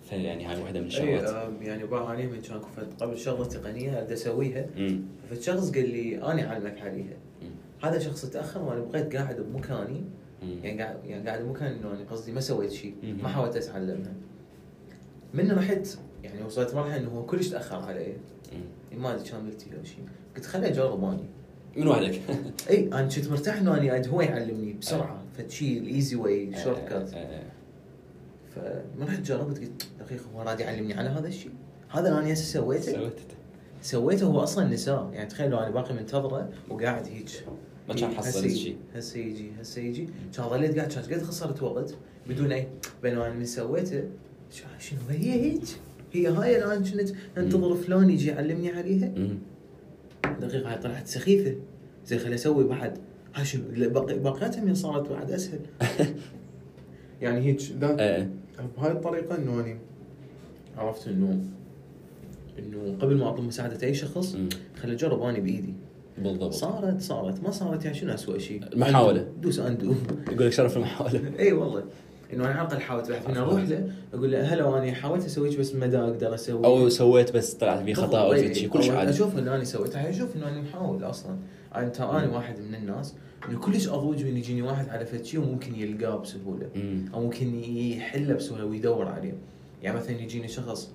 فيعني هاي واحده من اي الشغلات أم، يعني بابا اني من كان كفت قبل شغله تقنيه اريد اسويها أمم، فالشخص قال لي انا اعلمك عليها أمم، هذا شخص تاخر وانا بقيت قاعد بمكاني أمم. يعني قاعد يعني قاعد بمكان انه انا قصدي ما سويت شيء مم. ما حاولت اتعلمها من رحت يعني وصلت مرحله انه هو كلش تاخر علي إيه، أمم. ما ادري كان ملتي او شيء قلت خليني اجرب اني من وحدك اي انا إيه، كنت مرتاح انه اني أد- هو يعلمني بسرعه فشي الايزي آه، واي إيه، شورت كات فمن رحت جربت قلت دقيقه هو راد يعلمني على هذا الشيء هذا اللي انا هسه سويته سويت سويته هو اصلا نساه يعني تخيلوا انا باقي منتظره وقاعد هيك ما كان هسه حصلت يجي- شيء. هسه يجي هسه يجي كان ظليت قاعد كان قد خسرت وقت بدون اي بينما انا من سويته شا- شنو هي هيك هي هاي الان كنت انتظر فلان يجي يعلمني عليها أمم. دقيقه هاي طلعت سخيفه زين خل اسوي بعد ها شنو لا، بقي- باقياتهم هي صارت بعد اسهل يعني هيك ذا- إيه، إيه. بهاي الطريقه انه اني عرفت انه انه قبل ما اطلب مساعده اي شخص أمم. خل اجرب انا بايدي بالضبط صارت صارت ما صارت يعني شنو اسوء شيء؟ المحاولة. دوس اندو يقول لك شرف المحاولة اي والله انه انا على الاقل حاولت بحيث اني اروح له اقول له هلا انا حاولت اسوي شيء بس ما دا اقدر اسوي او سويت بس طلعت فيه خطا او بالضبط، في شيء كلش أو عادي اشوف انه انا سويته اشوف انه انا محاول اصلا انا ترى انا واحد من الناس انه كلش اضوج من يجيني واحد على فد شيء وممكن يلقاه بسهوله مم. او ممكن يحله بسهوله ويدور عليه يعني مثلا يجيني شخص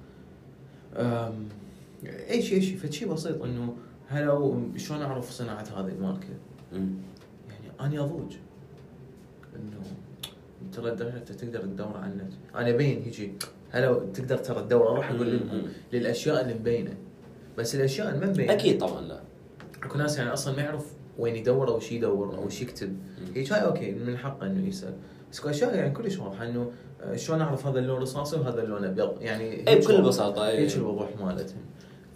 أم، اي شيء اي شيء فد شيء بسيط انه هلا شلون اعرف صناعه هذه الماركه؟ مم. يعني اني اضوج انه ترى الدرجة انت تقدر تدور على النت انا ابين هيجي هلا تقدر ترى تدور اروح اقول لهم للاشياء اللي مبينه بس الاشياء اللي ما مبينه اكيد طبعا لا اكو ناس يعني اصلا ما يعرف وين يدور او شي يدور او شي يكتب هيك هاي اوكي من حقه انه يسال بس اكو اشياء يعني كلش واضحه انه آه، شلون اعرف هذا اللون رصاصي وهذا اللون ابيض يعني اي هيك بكل بساطه اي هيك الوضوح مالتهم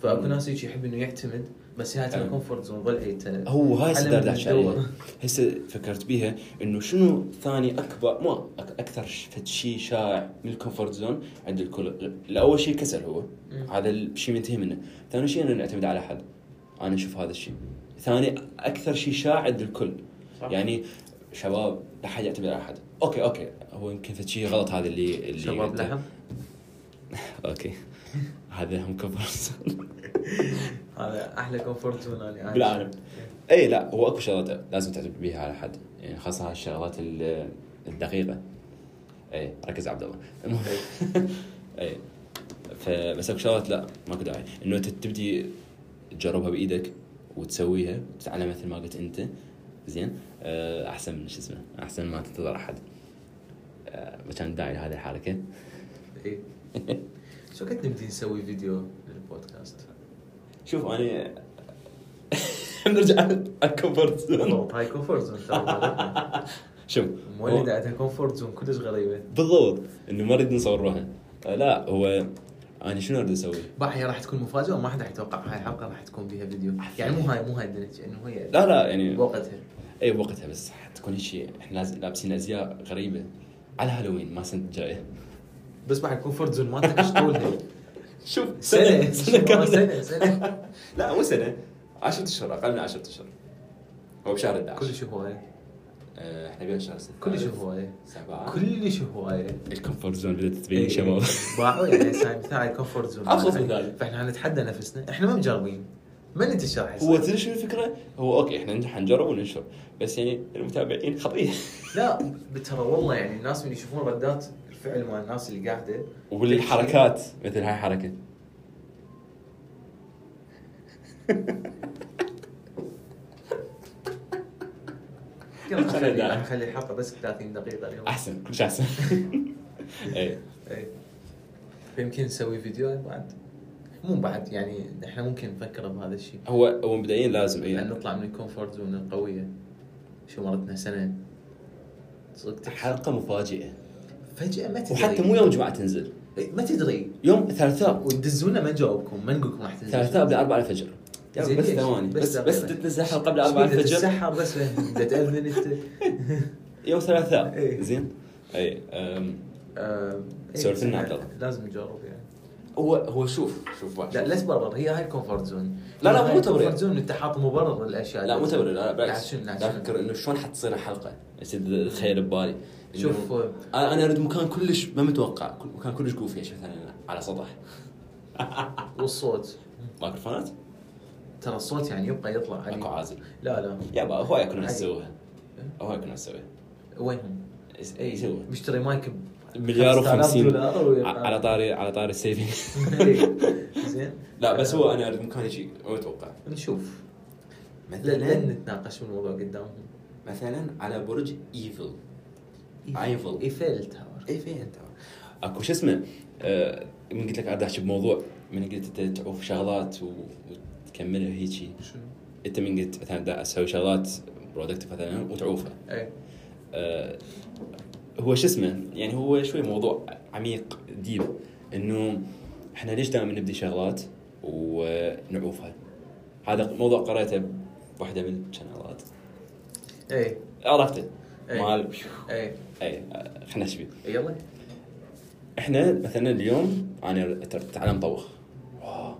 فاكو مم. ناس هيك يحب انه يعتمد بس هي ترى أي. كومفورت زون ظل هي هو هاي علم صدر احكي عليها الدور. هسه فكرت بيها انه شنو ثاني اكبر ما أك- اكثر ش- فد شيء شائع من الكومفورت زون عند الكل الاول شيء الكسل هو مم. هذا الشيء منتهي منه ثاني شيء انه نعتمد على حد انا اشوف هذا الشيء ثاني اكثر شيء شائع عند الكل صح. يعني شباب لا حد يعتمد على حد اوكي اوكي هو يمكن فد شيء غلط هذا اللي اللي شباب قلته. لحم اوكي هذا هم كفر هذا احلى كومفورت زون انا عايش. بالعالم اي إيه، لا هو اكو شغلات لازم تعتمد بيها على حد يعني خاصه هالشغلات ال- الدقيقه اي ركز عبد الله المهم إيه، اي فبس اكو شغلات لا ماكو داعي انه انت تبدي تجربها بايدك وتسويها وتتعلم مثل ما قلت انت زين آه، احسن من شو اسمه احسن ما تنتظر احد آه، ما كان داعي لهذه الحركه إيه. شو قد نبدي نسوي فيديو للبودكاست؟ شوف انا نرجع الكومفورت زون بالضبط هاي كومفورت زون ترى. شوف مولد عندها كومفورت زون كلش غريبه بالضبط انه ما نريد نصور روحنا آه، لا هو انا شنو اريد اسوي؟ بح هي راح تكون مفاجاه وما حد راح يتوقع هاي الحلقه راح تكون فيها فيديو يعني مو هاي مو هاي الدرجه انه هي لا لا يعني بوقتها اي وقتها بس حتكون شيء احنا لازم- لابسين ازياء غريبه على هالوين ما السنه الجايه بس بح الكومفورت زون مالتك ايش طولها؟ شوف سنه سنه آه، كامله سنه سنه لا مو سنه 10 اشهر اقل من 10 اشهر هو بشهر 11 كلش هوايه آه، احنا بين شهر 6 كلش هوايه سبعة كلش هوايه الكومفورت زون بدات إيه. تبين شمال باعوا يعني هسه مثال على الكومفورت زون أبسط مثال. فاحنا نتحدى نفسنا احنا ما مجربين ما ندري ايش راح هو يصير تدري شنو الفكره؟ هو اوكي احنا حنجرب وننشر بس يعني المتابعين خطيه لا ترى والله يعني الناس من يشوفون ردات الفعل مال الناس اللي قاعده والحركات مثل هاي الحركه يلا خلي- خلي خلي الحلقه بس 30 دقيقه اليوم احسن كلش احسن اي إيه. فيمكن نسوي فيديو بعد مو بعد يعني احنا ممكن نفكر بهذا الشيء هو هو مبدئيا لازم إيه. لان اي نطلع من الكومفورت زون القويه شو مرتنا سنه صدق تحس- حلقه مفاجئه فجاه ما تدري وحتى مو يوم جمعه تنزل إيه، ما تدري يوم ثلاثاء وتدزونا ما نجاوبكم ما نقول لكم راح تنزل ثلاثاء قبل 4 الفجر يا رب زين بس ليش؟ ثواني بس دقيقة. بس تنزل حلقه قبل 4 شبيدة الفجر تتسحر بس بدها تاذن انت يوم إيه. ثلاثاء زين اي أم، آم، إيه، سولف لنا عبد الله. لازم نجرب يعني هو هو شوف شوف واحد. لا لا تبرر هي هاي الكومفورت زون لا، لا، مو هاي تبرير. الكومفورت زون انت حاط مبرر للاشياء لا دي. مو تبرر لا قاعد بالعكس شنو- قاعد قاعد شنو. افكر انه شلون حتصير الحلقه بس تخيل ببالي إنه شوف انا أنا اريد مكان كلش ما متوقع كل- مكان كلش قوفي مثلا على سطح والصوت مايكروفونات ترى الصوت يعني يبقى يطلع عليه اكو عازل لا لا يابا هواي كنا نسويها هواي كنا نسويها وينهم؟ يس- اي يسويها بيشتري مايك ب مليار 5000 وخمسين دولار ويبقى- على طاري على طاري السيفنج زين لا بس هو انا اريد مكان شيء ما اتوقع نشوف لا- لن مثلا نتناقش بالموضوع قدامهم مثلا على برج ايفل ايفل. ايفل تاور ايفل تاور اكو شو اسمه آه، من قلت لك اريد احكي بموضوع من قلت انت تعوف شغلات و- وتكملها هيجي شنو؟ انت من قلت مثلا دا اسوي شغلات برودكت مثلا وتعوفها اي آه، هو شو اسمه يعني هو شوي موضوع عميق ديب انه احنا ليش دائما نبدي شغلات ونعوفها هذا موضوع قريته بوحده من القنوات اي عرفته إيه. مال اي اي آه، خلنا نشبي يلا احنا مثلا اليوم انا تعلم طبخ واو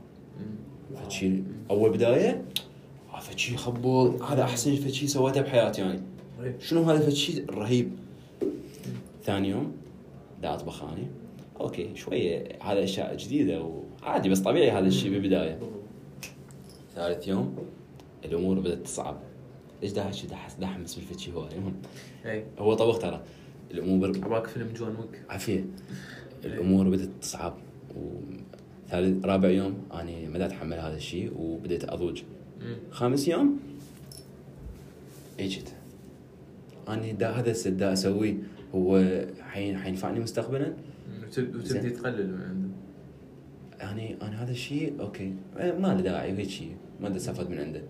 فشي اول بدايه آه، فشي خبول هذا احسن فشي سويته بحياتي يعني إيه. شنو هذا الشيء الرهيب ثاني يوم دا اطبخ اني اوكي شويه هذا اشياء جديده وعادي بس طبيعي هذا الشيء بالبدايه ثالث يوم الامور بدات تصعب ايش دا هالشيء دا أحس- دا احمس بالفتشي هو المهم اي هو طبخ ترى الامور عباك فيلم جون ويك عافيه الامور بدات تصعب وثالث رابع يوم اني ما دا اتحمل هذا الشيء وبديت اضوج مم. خامس يوم اجت اني دا هذا الست دا اسويه هو حين حينفعني مستقبلا وتب- وتبدي زين. تقلل من عنده يعني انا هذا الشيء اوكي أه، ما له داعي وهيك شيء ما دا استفاد من عنده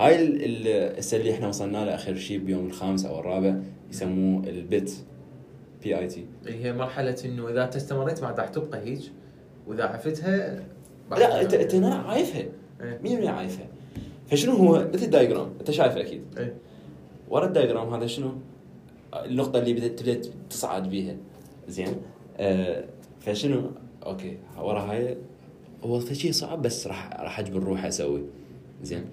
هاي ال- ال- السله اللي احنا وصلنا له اخر شيء بيوم الخامس او الرابع يسموه البت بي اي تي إيه، هي مرحله انه اذا أنت استمريت ما راح تبقى هيج واذا عفتها بعد- لا انت انت هنا عايفها إيه. 100% عايفها فشنو هو مثل الدايجرام انت شايفه اكيد إيه. ورا الدايجرام هذا شنو؟ النقطة اللي بدأت بدأت تصعد بيها زين آه فشنو؟ اوكي ورا هاي هو شيء صعب بس راح راح اجبر روحي اسوي زين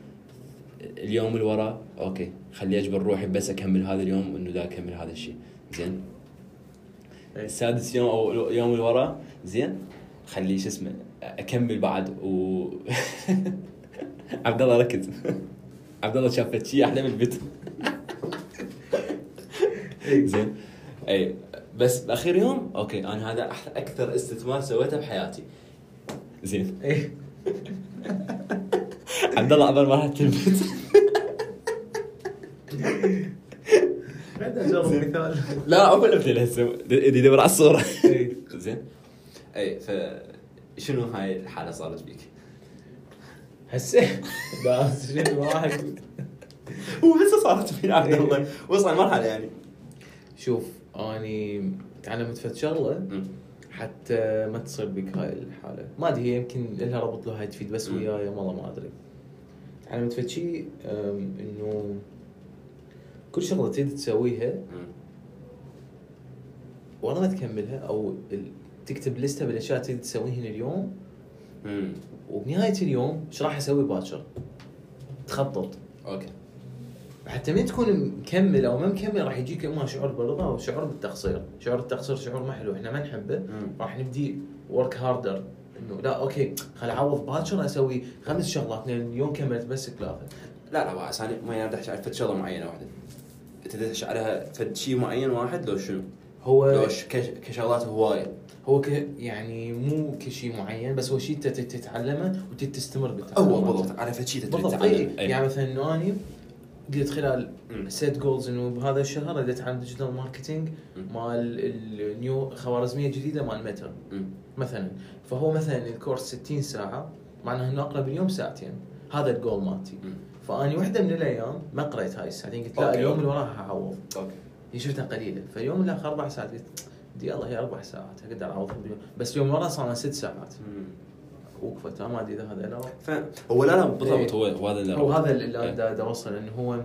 اليوم اللي وراه اوكي خلي اجبر روحي بس اكمل هذا اليوم انه لا اكمل هذا الشيء زين إيه. السادس يوم او اليوم اللي وراه زين خلي شو اسمه اكمل بعد و عبد الله ركز عبد الله شافت شيء احلى من البيت إيه. زين اي بس باخر يوم اوكي انا هذا أح- اكثر استثمار سويته بحياتي زين ايه عبد الله قبل ما راحت البيت بعد اجرب زين. مثال لا عقب الامثله هسه دي دور على الصوره إي. زين اي ف شنو هاي الحاله صارت بيك؟ هسه بس شنو واحد هو هسه صارت في عبد إي. الله وصل مرحله يعني شوف اني تعلمت فد شغله حتى ما تصير بك هاي الحاله ما ادري هي يمكن لها ربط لها تفيد بس مم. وياي والله ما ادري تعلمت فد شيء أم، انه كل شغله تريد تسويها والله ما تكملها او ال- تكتب لستة بالاشياء اللي تريد تسويهن اليوم امم وبنهايه اليوم ايش راح اسوي باكر؟ تخطط اوكي حتى من تكون مكمل او ما مكمل راح يجيك اما شعور بالرضا او شعور بالتقصير، شعور التقصير شعور ما حلو احنا ما نحبه مم. راح نبدي ورك هاردر انه لا اوكي خل اعوض باكر اسوي خمس شغلات لان اليوم كملت بس ثلاثه لا لا بس انا ما يردحش على فد شغله معينه واحده انت تدحش عليها فد شيء معين واحد لو شنو؟ لو هو ش- كش- كشغلات هوايه هو ك يعني مو كشيء معين بس هو شيء انت تت- تتعلمه وتستمر بالتعلم هو بالضبط على فد شيء تدري بالضبط تتعلم إيه. أي. يعني مثلا انه اني قلت خلال مم. سيت جولز انه بهذا الشهر اديت عن ديجيتال ماركتينج مم. مال النيو خوارزميه جديده مال ميتا مم. مثلا فهو مثلا الكورس 60 ساعه معناها انه اقرا باليوم ساعتين هذا الجول مالتي مم. فاني واحده من الايام ما قريت هاي الساعتين قلت لا أوكي. اليوم اللي وراها اعوض اوكي هي شفتها قليله فاليوم اللي اخر اربع ساعات قلت دي الله هي اربع ساعات اقدر اعوضهم باليوم بس اليوم اللي وراها صار لها ست ساعات مم. وقفت أنا ما ادري اذا هذا لا فاهم هو لا لا بالضبط إيه، هو هو هذا اللي هو هذا اللي إيه. انا دا- دا اوصله انه هو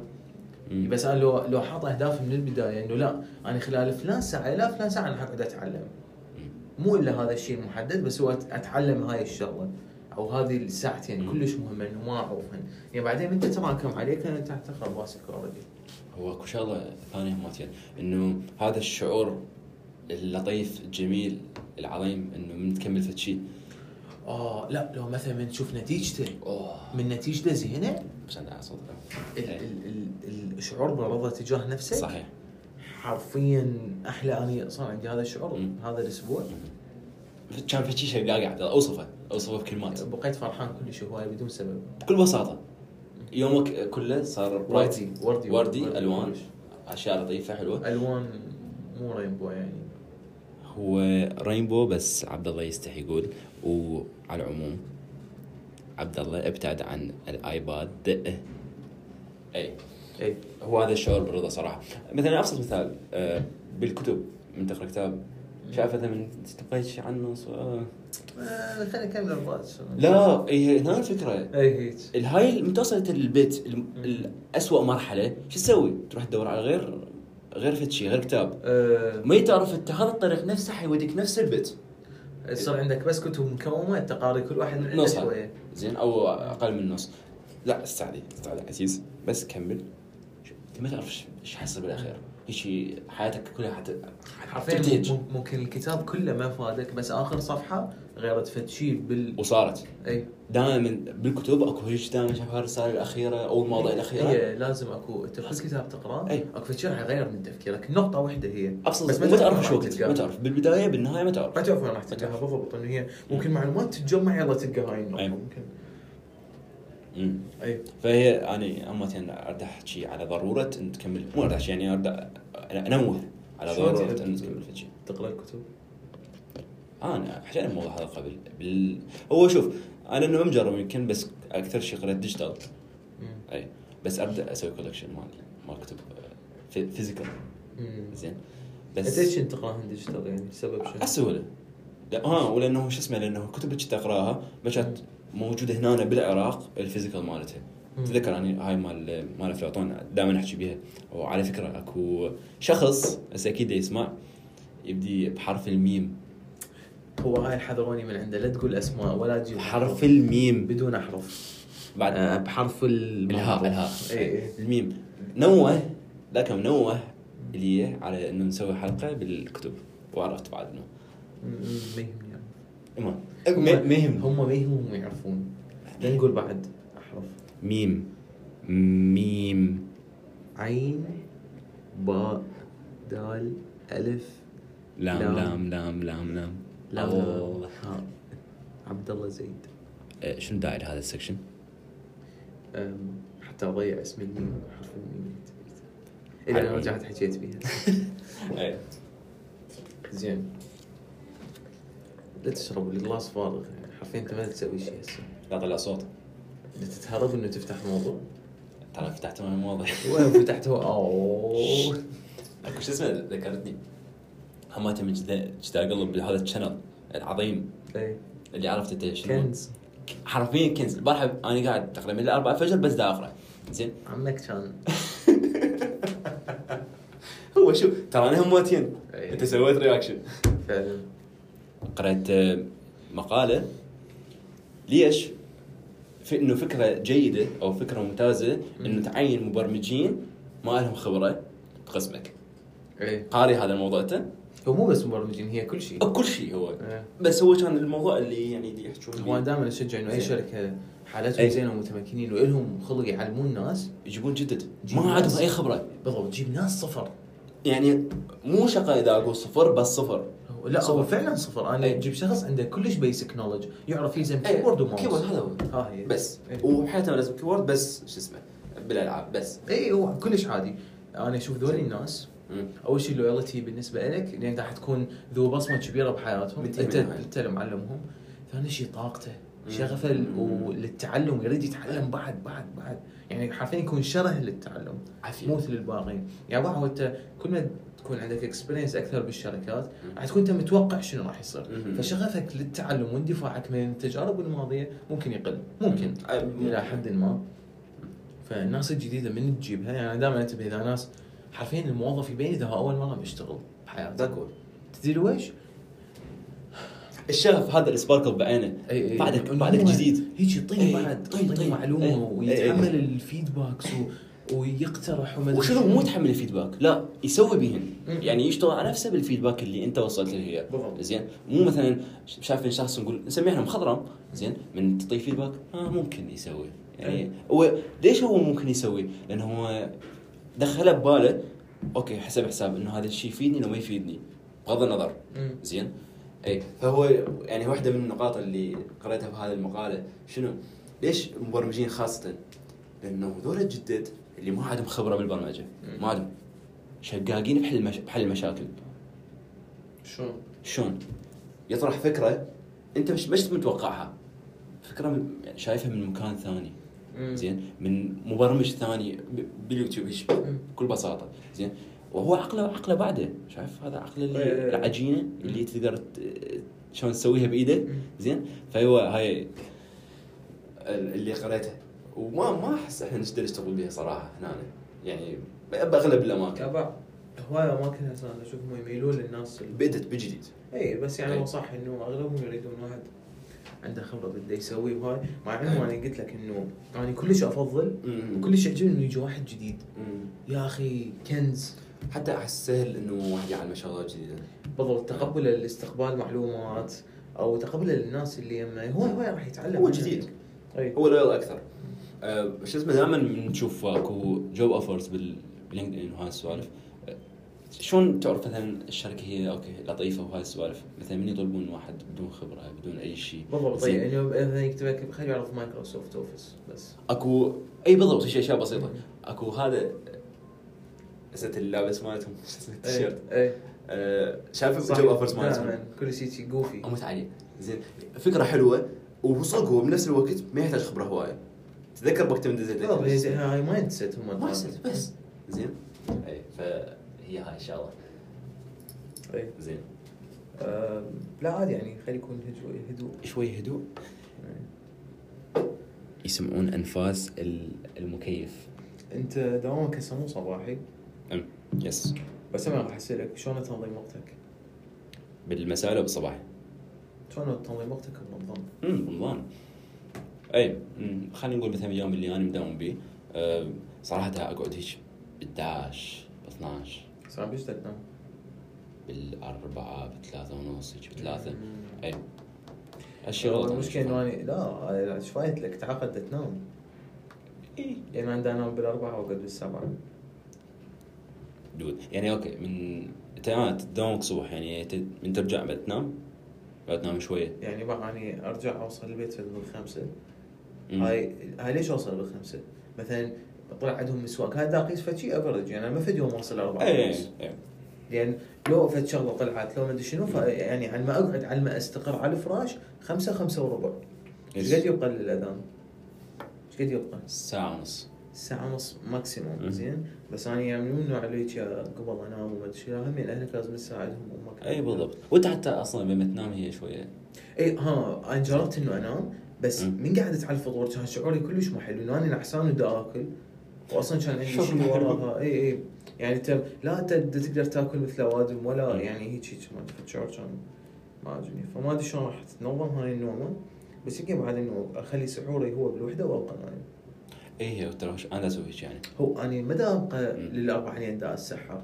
مم. بس انا لو لو حاط اهداف من البدايه انه لا انا خلال فلان ساعه الى فلان ساعه انا حقعد اتعلم مو الا هذا الشيء المحدد بس هو أت- اتعلم هاي الشغله او هذه الساعتين مم. كلش مهمه انه ما اعوفهن يعني بعدين انت تراكم عليك انت تحتقر راسك اوريدي هو اكو شغله ثانيه همات يعني انه هذا الشعور اللطيف الجميل العظيم انه من تكمل فد شيء اه لا لو مثلا من تشوف نتيجته اوه من نتيجته زينه بس انا على صوت إيه. ال- ال- ال- الشعور بالرضا تجاه نفسك صحيح حرفيا احلى اني صار عندي هذا الشعور مم. هذا الاسبوع كان فد شيء شقاق عبد الله اوصفه اوصفه بكلمات بقيت فرحان كلش هواي بدون سبب بكل بساطه يومك كله صار برايت وردي وردي وردي الوان اشياء لطيفه حلوه الوان مو رينبو يعني هو رينبو بس عبد الله يستحي يقول وعلى العموم عبد الله ابتعد عن الايباد اي اي إيه. هو هذا الشعور بالرضا صراحه مثلا ابسط مثال آه، بالكتب من تقرا كتاب شايف مثلا من تبغى شيء عنه ص- آه. آه، خلينا نكمل الراس لا هي هنا الفكره اي إيه، هيك الهاي متوصلة البيت ال- الأسوأ مرحله شو تسوي؟ تروح تدور على غير غير فد شيء غير كتاب آه، ما تعرف انت هذا الطريق نفسه حيوديك نفس البيت يصير آه، عندك بس كتب مكومه تقاري كل واحد من عنده نصها. شويه زين او اقل من النص لا استعدي استعدي عزيز بس كمل ش- انت ما تعرف ش- ايش حيصير بالاخير هيك حياتك كلها حت... حرفيا مم- ممكن الكتاب كله ما فادك بس اخر صفحه غير تفد شيء بال إيه. وصارت اي دائما بالكتب اكو هيك دائما شايف هاي الرساله الاخيره او المواضيع الاخيره هي إيه، لازم اكو انت كل كتاب تقراه أي. اكو شيء راح يغير من تفكيرك نقطه واحده هي ابسط بس ما ما تعرف تعرف شو راح وقت تلقاها. ما تعرف بالبدايه بالنهايه ما ما تعرف تعرف وين راح تلقاها بالضبط انه هي ممكن معلومات تتجمع يلا تلقى هاي النقطه أي. ممكن إيه. مم. اي فهي انا اما تن- ارد احكي على ضروره ان تكمل مو ارد أحكي، يعني ارد أ- انوه على شلون ضروره تحب ان تكمل في شيء تقرا الكتب انا حكينا الموضوع هذا قبل بال... هو شوف انا انه ما مجرب يمكن بس اكثر شيء قريت ديجيتال مم. اي بس ابدا اسوي كولكشن مالي مال كتب فيزيكال مم. زين انت بس ليش كنت تقراهن ديجيتال يعني السبب شنو؟ السهوله لا اه ولانه شو اسمه لانه الكتب اللي كنت اقراها ما كانت موجوده هنا بالعراق الفيزيكال مالتها مم. تذكر يعني هاي مال مال افلاطون دائما احكي بيها وعلى فكره اكو شخص هسه اكيد يسمع يبدي بحرف الميم هو هاي حذروني من عنده لا تقول اسماء ولا تجيب بحرف الميم بدون احرف بعد آه، بحرف ال- الهاء الهاء اي اي إيه، الميم نوه ذاك منوه لي على انه نسوي حلقه بالكتب وعرفت بعد انه م- م- ما يهمني يعني. ما هم- ما ما يهمني هم ما يهمهم يعرفون لا نقول بعد احرف ميم ميم عين باء دال الف لام لام. لام لام لام لام لام أوه. ها عبد الله زيد آه، شنو داير هذا السكشن؟ أم، حتى اضيع اسم الميم حرف الميم اذا انا حلو. رجعت حكيت بيها إيه. زين لا تشرب الجلاس فارغ يعني حرفيا انت ما تسوي شيء هسه لا طلع صوت لا تتهرب انه تفتح الموضوع ترى فتحت ما واضح وانا فتحته اوه اكو شو اسمه ذكرتني هماتي من جدا جدا اقلب بهذا الشانل العظيم إيه. اللي عرفت انت شنو كنز حرفيا كنز البارحه انا قاعد تقريبا الى 4 الفجر بس دا اقرا زين عمك كان هو شو ترى انا هماتين أي. انت سويت رياكشن فعلا قرأت آه، مقالة ليش؟ في انه فكرة جيدة او فكرة ممتازة انه مم. تعين مبرمجين ما لهم خبرة بقسمك ايه قاري هذا الموضوع انت هو مو بس مبرمجين هي كل شيء كل شيء هو إيه. بس هو كان الموضوع اللي يعني اللي يحجون هو بيه. انا دائما اشجع انه اي زين. إيه. شركه حالتهم أي. زينه ومتمكنين والهم خلق يعلمون الناس يجيبون جدد يجيبون ما عندهم ناس. اي خبره بالضبط تجيب ناس صفر يعني مو شقه اذا اقول صفر بس صفر هو- لا هو صفر. فعلا صفر انا أي. اجيب شخص عنده كلش بيسك نولج يعرف يلزم إيه، كيبورد وماوس كيبورد هذا هو ها هي بس إيه. وحياته لازم كيبورد بس شو اسمه بالالعاب بس اي إيه، هو كلش عادي انا اشوف ذولي الناس مم. اول شيء اللويالتي بالنسبه لك لان راح تكون ذو بصمه كبيره بحياتهم بنتهي انت منها. انت اللي معلمهم ثاني شيء طاقته مم. شغفه ل- و- للتعلم يريد يتعلم بعد بعد بعد يعني حرفيا يكون شره للتعلم مو عافيه مثل الباقيين يعني بعض انت كل ما تكون عندك اكسبيرينس اكثر بالشركات مم. راح تكون انت متوقع شنو راح يصير مم. فشغفك للتعلم واندفاعك من التجارب الماضيه ممكن يقل ممكن أي- الى حد ما فالناس الجديده من تجيبها يعني أنا دائما انتبه اذا ناس حرفيا الموظف يبين اذا هو اول مره بيشتغل بحياته داكو تدري ويش؟ الشغف هذا السباركل بعينه اي اي بعدك إيه، إنه بعدك هو جديد هيك يطيب إي، بعد طيب، يطيب طيب. إي، معلومه إي، إي. ويتحمل الفيدباكس و... ويقترح وما أدري وشنو مو تحمل الفيدباك لا يسوي بهن مم. يعني يشتغل على نفسه بالفيدباك اللي انت وصلت له اياه بالضبط. زين مو مثلا ش- شايفين شخص نقول نسميه احنا مخضرم زين من تعطيه فيدباك اه ممكن يسوي يعني إيه. هو ليش هو ممكن يسوي؟ لان هو دخله بباله اوكي حسب حساب انه هذا الشيء يفيدني لو ما يفيدني بغض النظر مم. زين اي فهو يعني واحده من النقاط اللي قريتها في هذه المقاله شنو؟ ليش المبرمجين خاصه؟ لانه هذول الجدد اللي ما عندهم خبره بالبرمجه مم. ما عندهم شقاقين بحل المش... بحل المشاكل شلون؟ شلون؟ يطرح فكره انت مش مش متوقعها فكره من- يعني شايفها من مكان ثاني مم. زين من مبرمج ثاني ب- باليوتيوب ايش مم. بكل بساطه زين وهو عقله عقله بعده شايف هذا عقله اللي إيه. العجينه اللي تقدر ت- شلون تسويها بايده مم. زين فهو هاي ال- اللي قريته وما ما احس احنا نقدر نشتغل بها صراحه هنا يعني ب- باغلب الاماكن تبع هواي اماكن انا اشوفهم يميلون للناس ال- بدت بجديد اي بس يعني أي. هو صح انه اغلبهم يريدون واحد عنده خبره بده يسوي وهاي مع انه انا قلت لك انه انا كلش افضل وكلش يعجبني انه يجي واحد جديد مم. يا اخي كنز حتى احس سهل انه واحد يعلم شغلات جديده بالضبط تقبل الاستقبال معلومات او تقبل الناس اللي يمه هو هو راح يتعلم هو منك. جديد. اي هو لويل اكثر أه، شو اسمه دائما بنشوف اكو جوب اوفرز باللينكد ان وهاي السوالف أه، شلون تعرف مثلا الشركه هي اوكي لطيفه وهاي السوالف مثلا من يطلبون واحد بدون خبره بدون اي شيء بالضبط زين. طيب يعني مثلا يكتب لك خليه يعرف مايكروسوفت اوفيس بس اكو اي بالضبط شيء اشياء بسيطه اكو هذا اسد اللابس مالتهم شو اسمه إيه. التيشيرت اي أه، شايف الجوب اوفرز مالتهم دائما نعم، كل شيء جوفي اموت عليه زين فكره حلوه وصدق هو بنفس الوقت ما يحتاج خبره هوايه تذكر وقت من دزت بالضبط يعني هاي مايند سيت هم ما يصير بس زين اي إيه، فهي هاي ان شاء الله اي زين آه، لا عادي يعني خلي يكون هدوء هدوء شوي هدوء يسمعون انفاس ال- المكيف انت دوامك هسه مو صباحي أم، يس بس انا راح اسالك شلون تنظيم وقتك؟ بالمساء ولا بالصباح؟ شلون تنظيم وقتك منظم؟ امم رمضان اي أمم، خلينا نقول مثلا اليوم اللي انا مداوم بيه أه، صراحه اقعد هيك بالداش ب 12 صعب ايش تنام؟ يعني بالاربعه بثلاثه ونص هيك بثلاثه اي إيه. هالشي غلط المشكله انه انا لا أنا ايش فايت لك تعاقدت تنام إيه. يعني ما عندي انام بالاربعه واقعد بالسبعه دود يعني اوكي من انت آه، تداومك صبح يعني ت- من ترجع بعد تنام بعد تنام شويه يعني بقى اني ارجع اوصل البيت بالخمسه مم. هاي هاي ليش اوصل بالخمسه؟ مثلا طلع عندهم مسواك هذا اقيس فشي افرج يعني أنا ما فد يوم اوصل اربعه اي ونص اي لان لو فد شغله طلعت لو ما ادري شنو ف- يعني على ما اقعد على ما استقر على الفراش خمسه خمسه وربع ايش قد يس. يبقى للاذان؟ ايش قد يبقى؟ ساعه ونص ساعة ونص ماكسيموم مم. زين بس انا يعني ممنوع على هيك قبل انام وما ادري شنو همين اهلك يعني لازم تساعدهم وامك اي إيه، بالضبط وانت حتى اصلا لما تنام هي شويه اي ها انا جربت انه انام بس مم. من قعدت على الفطور كان شعوري كلش مو حلو انه انا نعسان ودا اكل واصلا كان عندي شعور شيء مو حلو. وراها اي اي يعني انت لا انت تقدر تاكل مثل اوادم ولا مم. يعني هيك هيك ما أدري، الشعور كان ما عجبني فما ادري شلون راح تتنظم هاي النومه بس يمكن بعد انه اخلي سحوري هو بالوحده وابقى نايم اي إيه، هي ترى انا اسوي هيك يعني هو اني مدى ابقى مم. للاربع لين دا السحر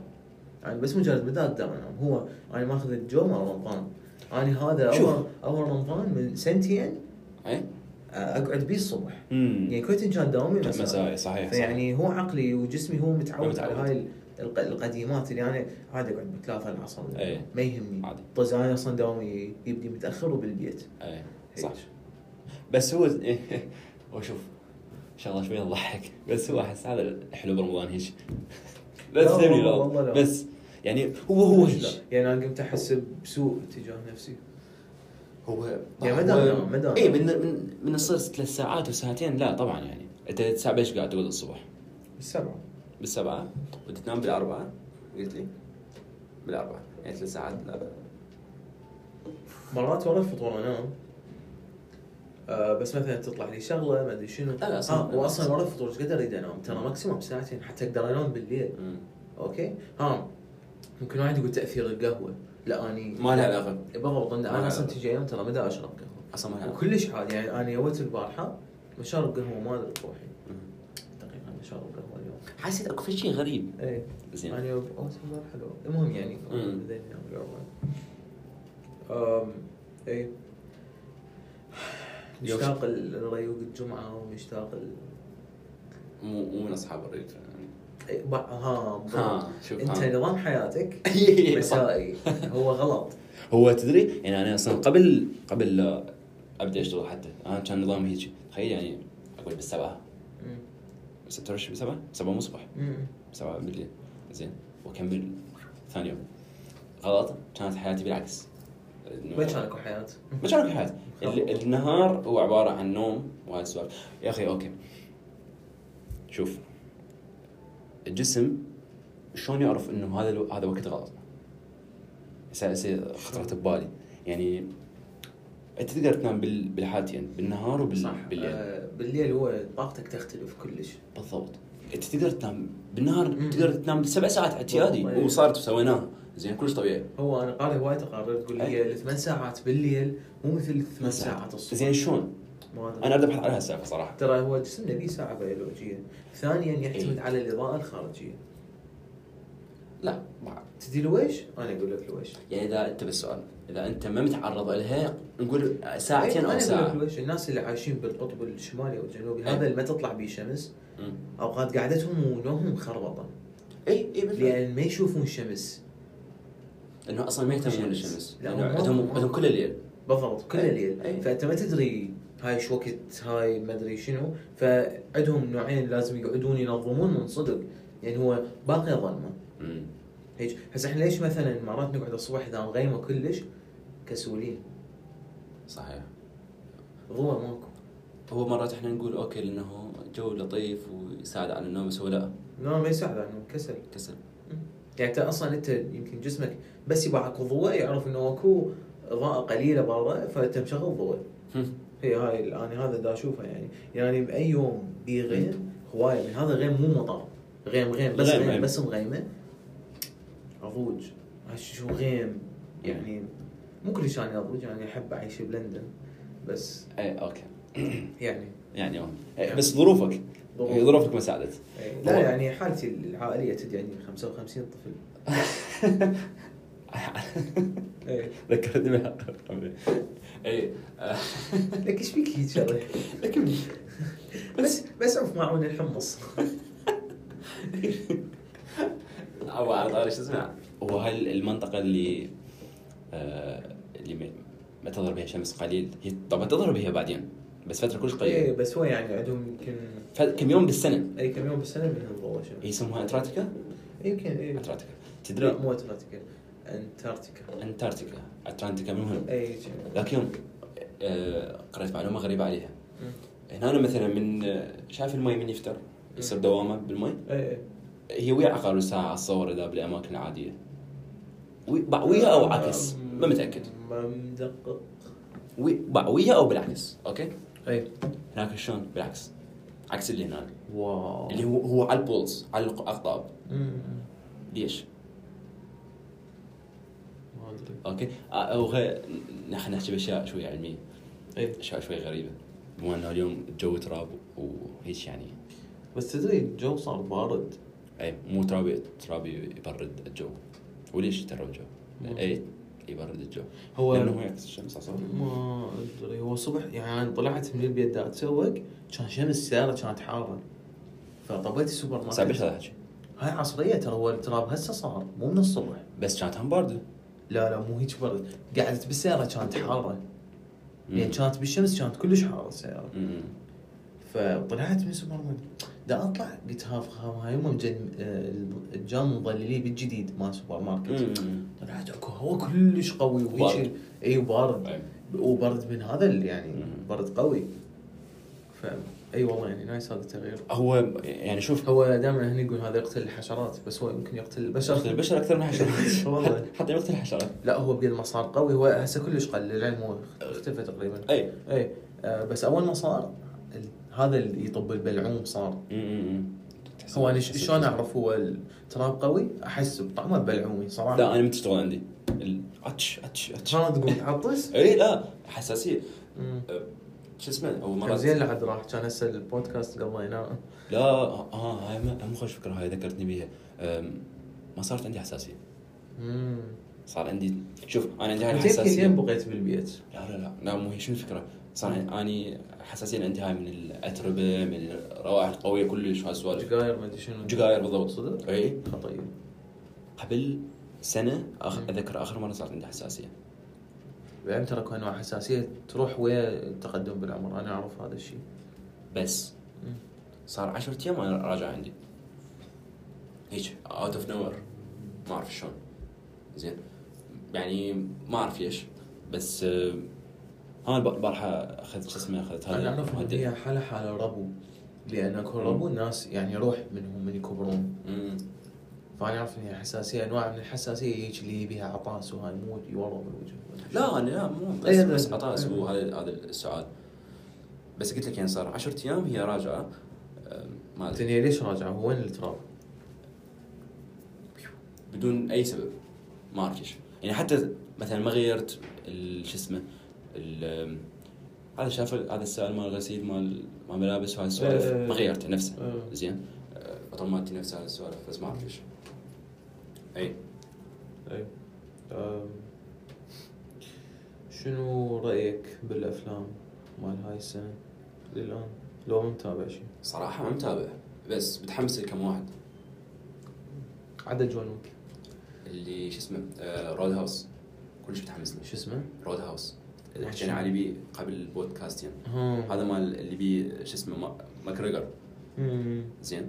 يعني بس مجرد مدى اقدر انام هو انا ماخذ الجو مال رمضان انا هذا شوف. اول اول رمضان من سنتين اي اقعد بيه الصبح يعني امم كنت كان داومي مساء مسائي صحيح صحيح فيعني هو عقلي وجسمي هو هو متعود متعود. على هاي الق- القديمات اللي انا عادي اقعد بالثلاثة العصر إيه. ما يهمني عادي طز انا اصلا دوامي يبدي متاخر وبالبيت اي إيه، صح هيك. بس هو هو شوف شغله شويه تضحك بس هو احس هذا الحلو برمضان هيك بس لا تبني والله- لا والله لا. بس يعني هو هو لا، هيك يعني انا قمت احس بسوء تجاه نفسي هو يعني مدى- مدى- اي من من من تصير ثلاث ساعات وساعتين لا طبعا يعني انت الساعه بيش قاعد تقول الصبح بالسبعه بالسبعه وتنام بالاربعه قلت لي بالاربعه يعني ثلاث ساعات لا مرات ورا الفطور انام آه بس مثلا تطلع لي شغله ما ادري شنو لا، لا، أصلاً- آه واصلا ورا الفطور ايش قدر اريد انام ترى ماكسيموم ساعتين حتى اقدر انام بالليل أمم. اوكي ها ممكن واحد يقول تاثير القهوه لا اني ما لها علاقه بالضبط ما انا لها اصلا علاقة. تجي ايام ترى ما اشرب قهوه اصلا ما لها علاقه وكلش عادي يعني انا يوت البارحه مشارب قهوه ما ادري روحي تقريبا مشارب قهوه اليوم حسيت اكو في شيء غريب ايه زين يعني اوت البارحه لو المهم يعني أمم. بدينا نعمل عمران. أم، ايه يوش. مشتاق الريوق الجمعه ومشتاق ال... مو مو من اصحاب الريف يعني. إيه، بع- ها بالضبط. ها شوف انت ها. نظام حياتك إيه، صح. مسائي هو غلط هو تدري يعني انا اصلا قبل قبل لا ابدا اشتغل حتى انا كان نظام هيك تخيل يعني اقول بالسبعه مم. ستة وعشرين بالسبعه سبعه مو الصبح مم. سبعه بالليل زين واكمل ثاني يوم غلط كانت حياتي بالعكس يعني ما كان اكو حياه ما كان اكو حياه ال- النهار هو عباره عن نوم وهذا السؤال يا اخي اوكي شوف الجسم شلون يعرف انه هذا الو... هذا وقت غلط؟ هسه هسه خطرت ببالي يعني انت تقدر تنام بال... بالحالتين بالنهار وبال... بالليل آه، بالليل هو طاقتك تختلف كلش بالضبط انت تقدر تنام بالنهار مم. تقدر تنام سبع ساعات اعتيادي بالضبط. وصارت وسويناها زين كلش طبيعي هو انا قاري هواي تقارير إيه. تقول لي أي. الثمان ساعات بالليل مو مثل الثمان ساعات الصبح زين شلون؟ ما أدري. انا اريد ابحث على هالسالفه صراحه ترى هو جسمنا له ساعه بيولوجيه ثانيا يعتمد إيه. على الاضاءه الخارجيه لا ما تدري لويش؟ انا اقول لك لويش يعني اذا انت بالسؤال اذا انت ما متعرض لها نقول ساعتين إيه، أنا او أقول لك ساعه لويش الناس اللي عايشين بالقطب الشمالي او الجنوبي أي. هذا اللي ما تطلع بيه شمس أمم. اوقات قعدتهم ونومهم مخربطه اي إيه، اي بالفعل لان ما يشوفون الشمس انه اصلا ما يهتمون شمس. للشمس لا، لانه هم- عندهم هم- عندهم كل الليل بالضبط كل أي. الليل أي. فانت ما تدري هاي شو وقت هاي ما ادري شنو فعندهم نوعين لازم يقعدون ينظمون من صدق يعني هو باقي ظلمه أمم. هيك هسه احنا ليش مثلا مرات نقعد الصبح اذا مغيمه كلش كسولين صحيح ضوء ماكو هو مرات احنا نقول اوكي لانه جو لطيف ويساعد على النوم بس هو لا لا ما يساعد عنهم كسل كسل يعني انت اصلا انت يمكن جسمك بس يبغى اكو ضوء يعرف انه اكو اضاءه قليله برا فانت مشغل ضوء هم. هي هاي انا هذا دا اشوفه يعني يعني باي يوم بي غيم هوايه من هذا غيم مو مطر غيم غيم بس غيم، غيم غيم. بس مغيمه اضوج هاي شو غيم يعني مو كلش انا اضوج يعني احب اعيش بلندن بس اي اوكي يعني إيه، يعني أوه. إي، بس ظروفك ظروف. إي، ظروفك ما ساعدت إيه، يعني لا يعني حالتي العائليه تدعي عندي 55 طفل إيه. ذكرتني بحلقه اي آه، لك ايش فيك هيك شغله؟ لكن بس بس عف معون الحمص او على طاري شو اسمه هو هاي المنطقه اللي آه، اللي ما- ما تظهر بها شمس قليل هي طبعا تظهر بها بعدين بس فتره كلش ايه قليله بس هو يعني عندهم يمكن ف- كم يوم بالسنه اي كم يوم بالسنه منهم والله شنو يسموها انتاركتيكا يمكن اي انتاركتيكا لا إيه. تدري مو اتلانتيكا انتاركتيكا انتاركتيكا اتلانتيكا المهم اي ذاك يوم آه، قرأت معلومه غريبه عليها هنا أنا مثلا من آه، شايف المي من يفتر يصير دوامه بالمي اي هي ويا عقارب الساعه اتصور اذا بالاماكن العاديه وي- بع- ويا او عكس ما متاكد ما مدقق وي- بع- ويا او بالعكس اوكي إيه. اي هناك شلون بالعكس عكس اللي هناك واو اللي هو هو على البولز على الق- الاقطاب مم. ليش؟ ما ادري اوكي آه، او غير نحن نحكي باشياء شوي علميه اي اشياء شوي غريبه بما انه اليوم الجو تراب وهيك يعني بس تدري الجو صار بارد اي مو ترابي ترابي يبرد الجو وليش ترى الجو؟ مم. اي يبرد الجو هو- لانه هو يعكس الشمس اصلا طيب، ما ادري هو صبح يعني أنا طلعت من البيت دا اتسوق كان شمس السياره كانت حاره فطبيت السوبر ماركت صعب ايش هذا الحكي؟ هاي عصريه ترى هو التراب هسه صار مو من الصبح بس كانت هم بارده لا لا مو هيك برد قعدت بالسياره كانت حاره مم. يعني كانت بالشمس كانت كلش حاره السياره مم. فطلعت من السوبر ماركت دا اطلع قلت هاف هاف- هاي يوم مجن- آه، الجام مظلليه بالجديد مال سوبر ماركت مم. طلعت اكو هواء كلش قوي وهيك بارد. اي بارد أي. وبرد من هذا اللي يعني مم. برد قوي ف اي والله يعني نايس هذا التغيير هو يعني شوف هو دائما هني يقول هذا يقتل الحشرات بس هو يمكن يقتل يقتل البشر البشر اكثر من الحشرات والله. حتى يقتل الحشرات لا هو بقى ما صار قوي هو هسه كلش قل العلم هو اختفى تقريبا اي اي آه، بس اول ما صار ال- هذا اللي يطب البلعوم صار مم. هو انا ش- شلون اعرف هو التراب قوي احس بطعمه بلعومي صراحه لا انا متى تشتغل عندي ال- اتش اتش اتش شلون تقول تعطس؟ اي لا حساسيه مم. أه، شو اسمه اول كان مره زين لحد راح كان هسه البودكاست قبل ما ينام لا اه آه، هاي ما- مو خوش فكره هاي ذكرتني بيها أم، ما صارت عندي حساسيه مم. صار عندي شوف انا عندي هاي انت يمكن لين الحساسيه بقيت بالبيت لا لا لا لا مو هي شنو الفكره صار اني حساسيه عندي هاي من الاتربه من الروائح القويه كلش وهالسوالف جقاير ما ادري شنو طيب. جقاير بالضبط صدق؟ اي خطير قبل سنه أخ... مم. اذكر اخر مره صارت عندي حساسيه بعدين ترى كانوا حساسيه تروح ويا التقدم بالعمر انا اعرف هذا الشيء بس مم. صار 10 ايام وانا راجع عندي هيك اوت اوف نور ما اعرف شلون زين يعني ما اعرف ليش بس آه، ها الب- البارحه اخذت شو اسمه اخذت هذا انا اعرف ان المهدئ. هي حاله حاله ربو لان اكو ربو الناس يعني روح منهم من يكبرون مم. فانا اعرف ان الحساسيه انواع من الحساسيه هيك اللي بيها عطاس وهاي مو يورم الوجه لا انا لا مو بس إيه، بس بس- عطاء إيه. اسبوع هذا هذا السؤال بس قلت لك يعني صار 10 ايام هي راجعه آه، ما ادري الدنيا ليش راجعه؟ هو وين التراب؟ بدون اي سبب ما اعرف ليش يعني حتى مثلا ما غيرت ال- شو اسمه ال- هذا شاف ال- هذا السؤال مال الغسيل مال مال ملابس وهذا السوالف إيه. ما غيرته نفسه إيه. زين آه، بطماتي نفسها هذا السوالف بس ما اعرف ليش اي اي أم، آه. شنو رايك بالافلام مال هاي السنه؟ للان لو ما متابع شيء صراحه ما متابع بس متحمس لكم واحد عدا جون ويك اللي شو اسمه آه، رود هاوس كلش متحمس له شو اسمه؟ رود هاوس اللي حكينا عليه بيه قبل البودكاست يعني ها. هذا مال اللي بيه شو اسمه ما- ماكريجر مم. زين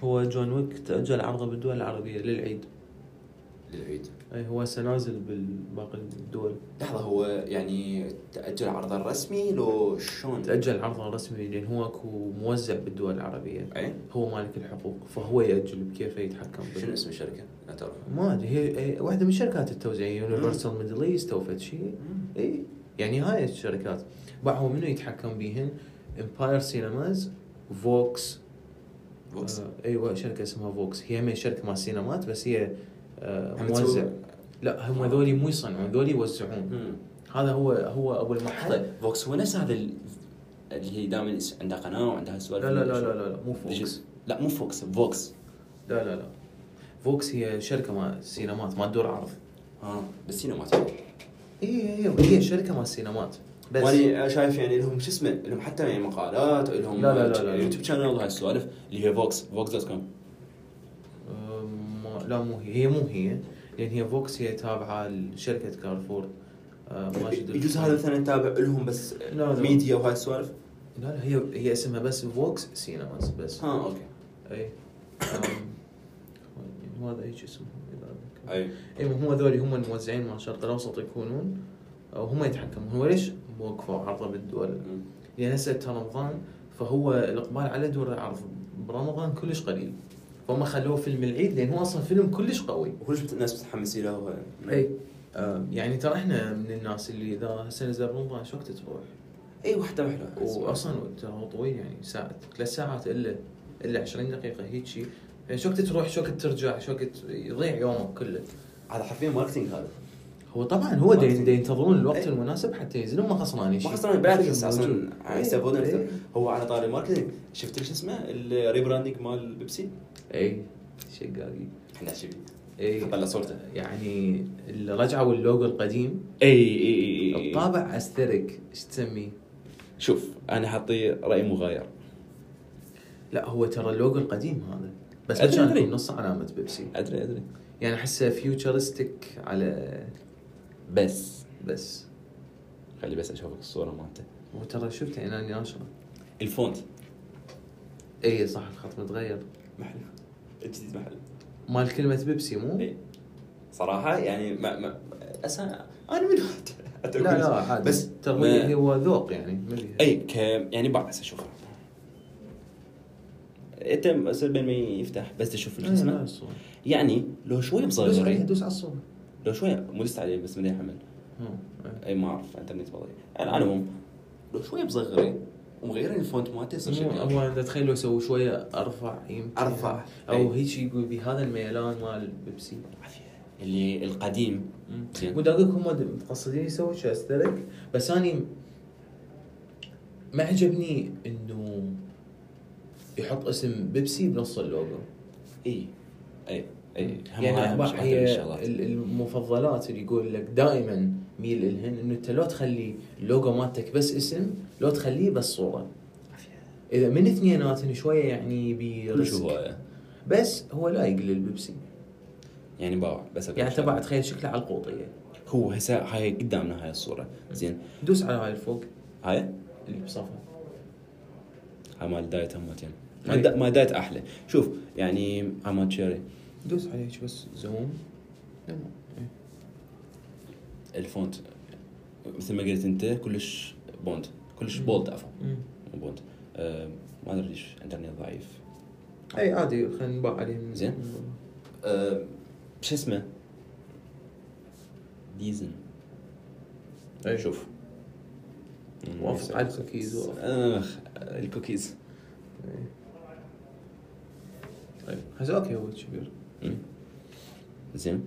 هو جون ويك تاجل عرضه بالدول العربيه للعيد للعيد اي هو هسه نازل بالباقي الدول لحظة هو يعني تأجل عرضه الرسمي لو شلون؟ تاجل عرضه رسمي لان هو اكو موزع بالدول العربيه اي هو مالك الحقوق فهو ياجل بكيفه يتحكم بال- إيه؟ شنو اسم الشركة؟ لا تعرفها ما ادري هي هي واحده من شركات التوزيع يونيفرسال ميدل ايست او فد شيء اي يعني هاي الشركات باعوا منو يتحكم بيهن امباير سينماز فوكس بوكس آه ايوه شركه اسمها فوكس هي هم شركه مال سينمات بس هي آه هم موزع تسوي- لا هم هذول مو يصنعون هذول يوزعون مم. هذا هو هو ابو المحل لحظة فوكس هو نفس هذا ال- اللي هي دائما عندها قناة وعندها هالسوالف لا لا لا لا لا, لا مو فوكس فوكس لا مو فوكس فوكس لا لا لا فوكس هي شركه مال سينمات ما تدور عرض ها بس هنا ما تعرف اي اي هي شركه مال سينمات بس وانا شايف يعني لهم شو اسمه لهم حتى يعني مقالات لهم لا- لا- لا- لا. يوتيوب شانل هاي السوالف اللي هي فوكس فوكس دوت كوم أم، ما- لا مو هي هي مو هي لان هي فوكس هي تابعه لشركه كارفور أه، ماجد يجوز هذا مثلا تابع لهم بس لا، لا. ميديا وهاي السوالف لا لا هي هي اسمها بس فوكس سينماز بس ها اوكي اي أم، هذا ايش اسمهم إذا أذكر. اي اي مو هم هذول هم الموزعين مال الشرق الاوسط يكونون أو هم يتحكمون هو ليش وقفوا عرضه بالدول؟ لان هسه رمضان فهو الاقبال على دور العرض برمضان كلش قليل فهم خلوه فيلم العيد لان هو اصلا فيلم كلش قوي وكلش بت- الناس متحمسين له وهاي. اي آم، يعني ترى احنا من الناس اللي اذا هسه نزل رمضان شو وقت تروح؟ اي واحده واحده واصلا ترى هو طويل يعني ساعة ثلاث ساعات الا الا 20 دقيقة هيك شيء يعني شو وقت تروح شو وقت ترجع شو وقت يضيع يومك كله هذا حرفيا ماركتينج هذا هو طبعا هو دي, دي ينتظرون الوقت إيه. المناسب حتى ينزلون ما خسرانين شيء ما خسران بالعكس اصلا موجود. يعني يستفادون إيه. اكثر هو على طاري الماركتينج شفت شو اسمه الريبراندنج مال بيبسي اي إيه. شقاقي احنا شبي اي طلع صورته يعني اللي رجعوا اللوجو القديم اي إيه. اي اي الطابع استرك ايش تسميه؟ شوف انا حاطي راي مغاير لا هو ترى اللوجو القديم هذا بس ما أدري، كان أدري. يكون نص علامة بيبسي ادري ادري يعني احسه فيوتشرستيك على بس بس خلي بس اشوفك الصوره مالته هو ترى شفته يعني انا اللي ناشره الفونت اي صح الخط متغير محل الجديد محل مال كلمة بيبسي مو؟ إي. صراحه يعني ما ما اسا انا من هاد- حتى لا أقول- لا عادي بس ترى ما- ما... هو ذوق يعني ما بيها. اي ك يعني بعد بس اشوفه انت أصلاً بين ما يفتح بس تشوف شو إي، لا، اسمه الصورة. يعني لو شويه دوس عليها، مصغرين دوس على الصورة لو شويه مو لسه عليه بس مليح حمل مم. إي. اي ما اعرف انترنت بضيع يعني على العموم لو شويه مصغرين ومغيرين الفونت مالته يصير مو- شكله هو أنا اتخيل لو سووا شوية ارفع يمكن أرفع. او إي. هيك يقول بهذا الميلان مال بيبسي عافية. اللي القديم زين. مو دقيق هم د- متقصدين يسووا شيء استرك بس اني ما عجبني انه يحط اسم بيبسي بنص اللوجو اي اي اي هم هاي يعني هم بع- واحدة من هي الشغلات. ال- المفضلات اللي يقول لك دائما ميل الهن انه انت لو تخلي اللوجو مالتك بس اسم لو تخليه بس صوره اذا من اثنيناتهم شويه يعني كلش بريسك هواية بس هو لايق للبيبسي يعني باوع بس أقول يعني شغلة. تبع تخيل شكله على القوطيه هو هسه هاي قدامنا هاي الصورة زين دوس على هاي الفوق هاي اللي بصفها هاي مال دايت همتين إي. مال دا- مال دايت احلى شوف يعني هاي مال تشيري دوس عليه هيك بس زوم الفونت مثل ما قلت انت كلش بوند كلش مم. بولد عفوا أمم. مو بوند أه، ما ادري ليش انترنت ضعيف اي إيه، عادي خلينا نباع عليهم زين. أه، شو اسمه ديزن أي. إيه، شوف وافق على الكوكيز وافق. اخ الكوكيز إي. طيب هسه اوكي هو كبير مم. زين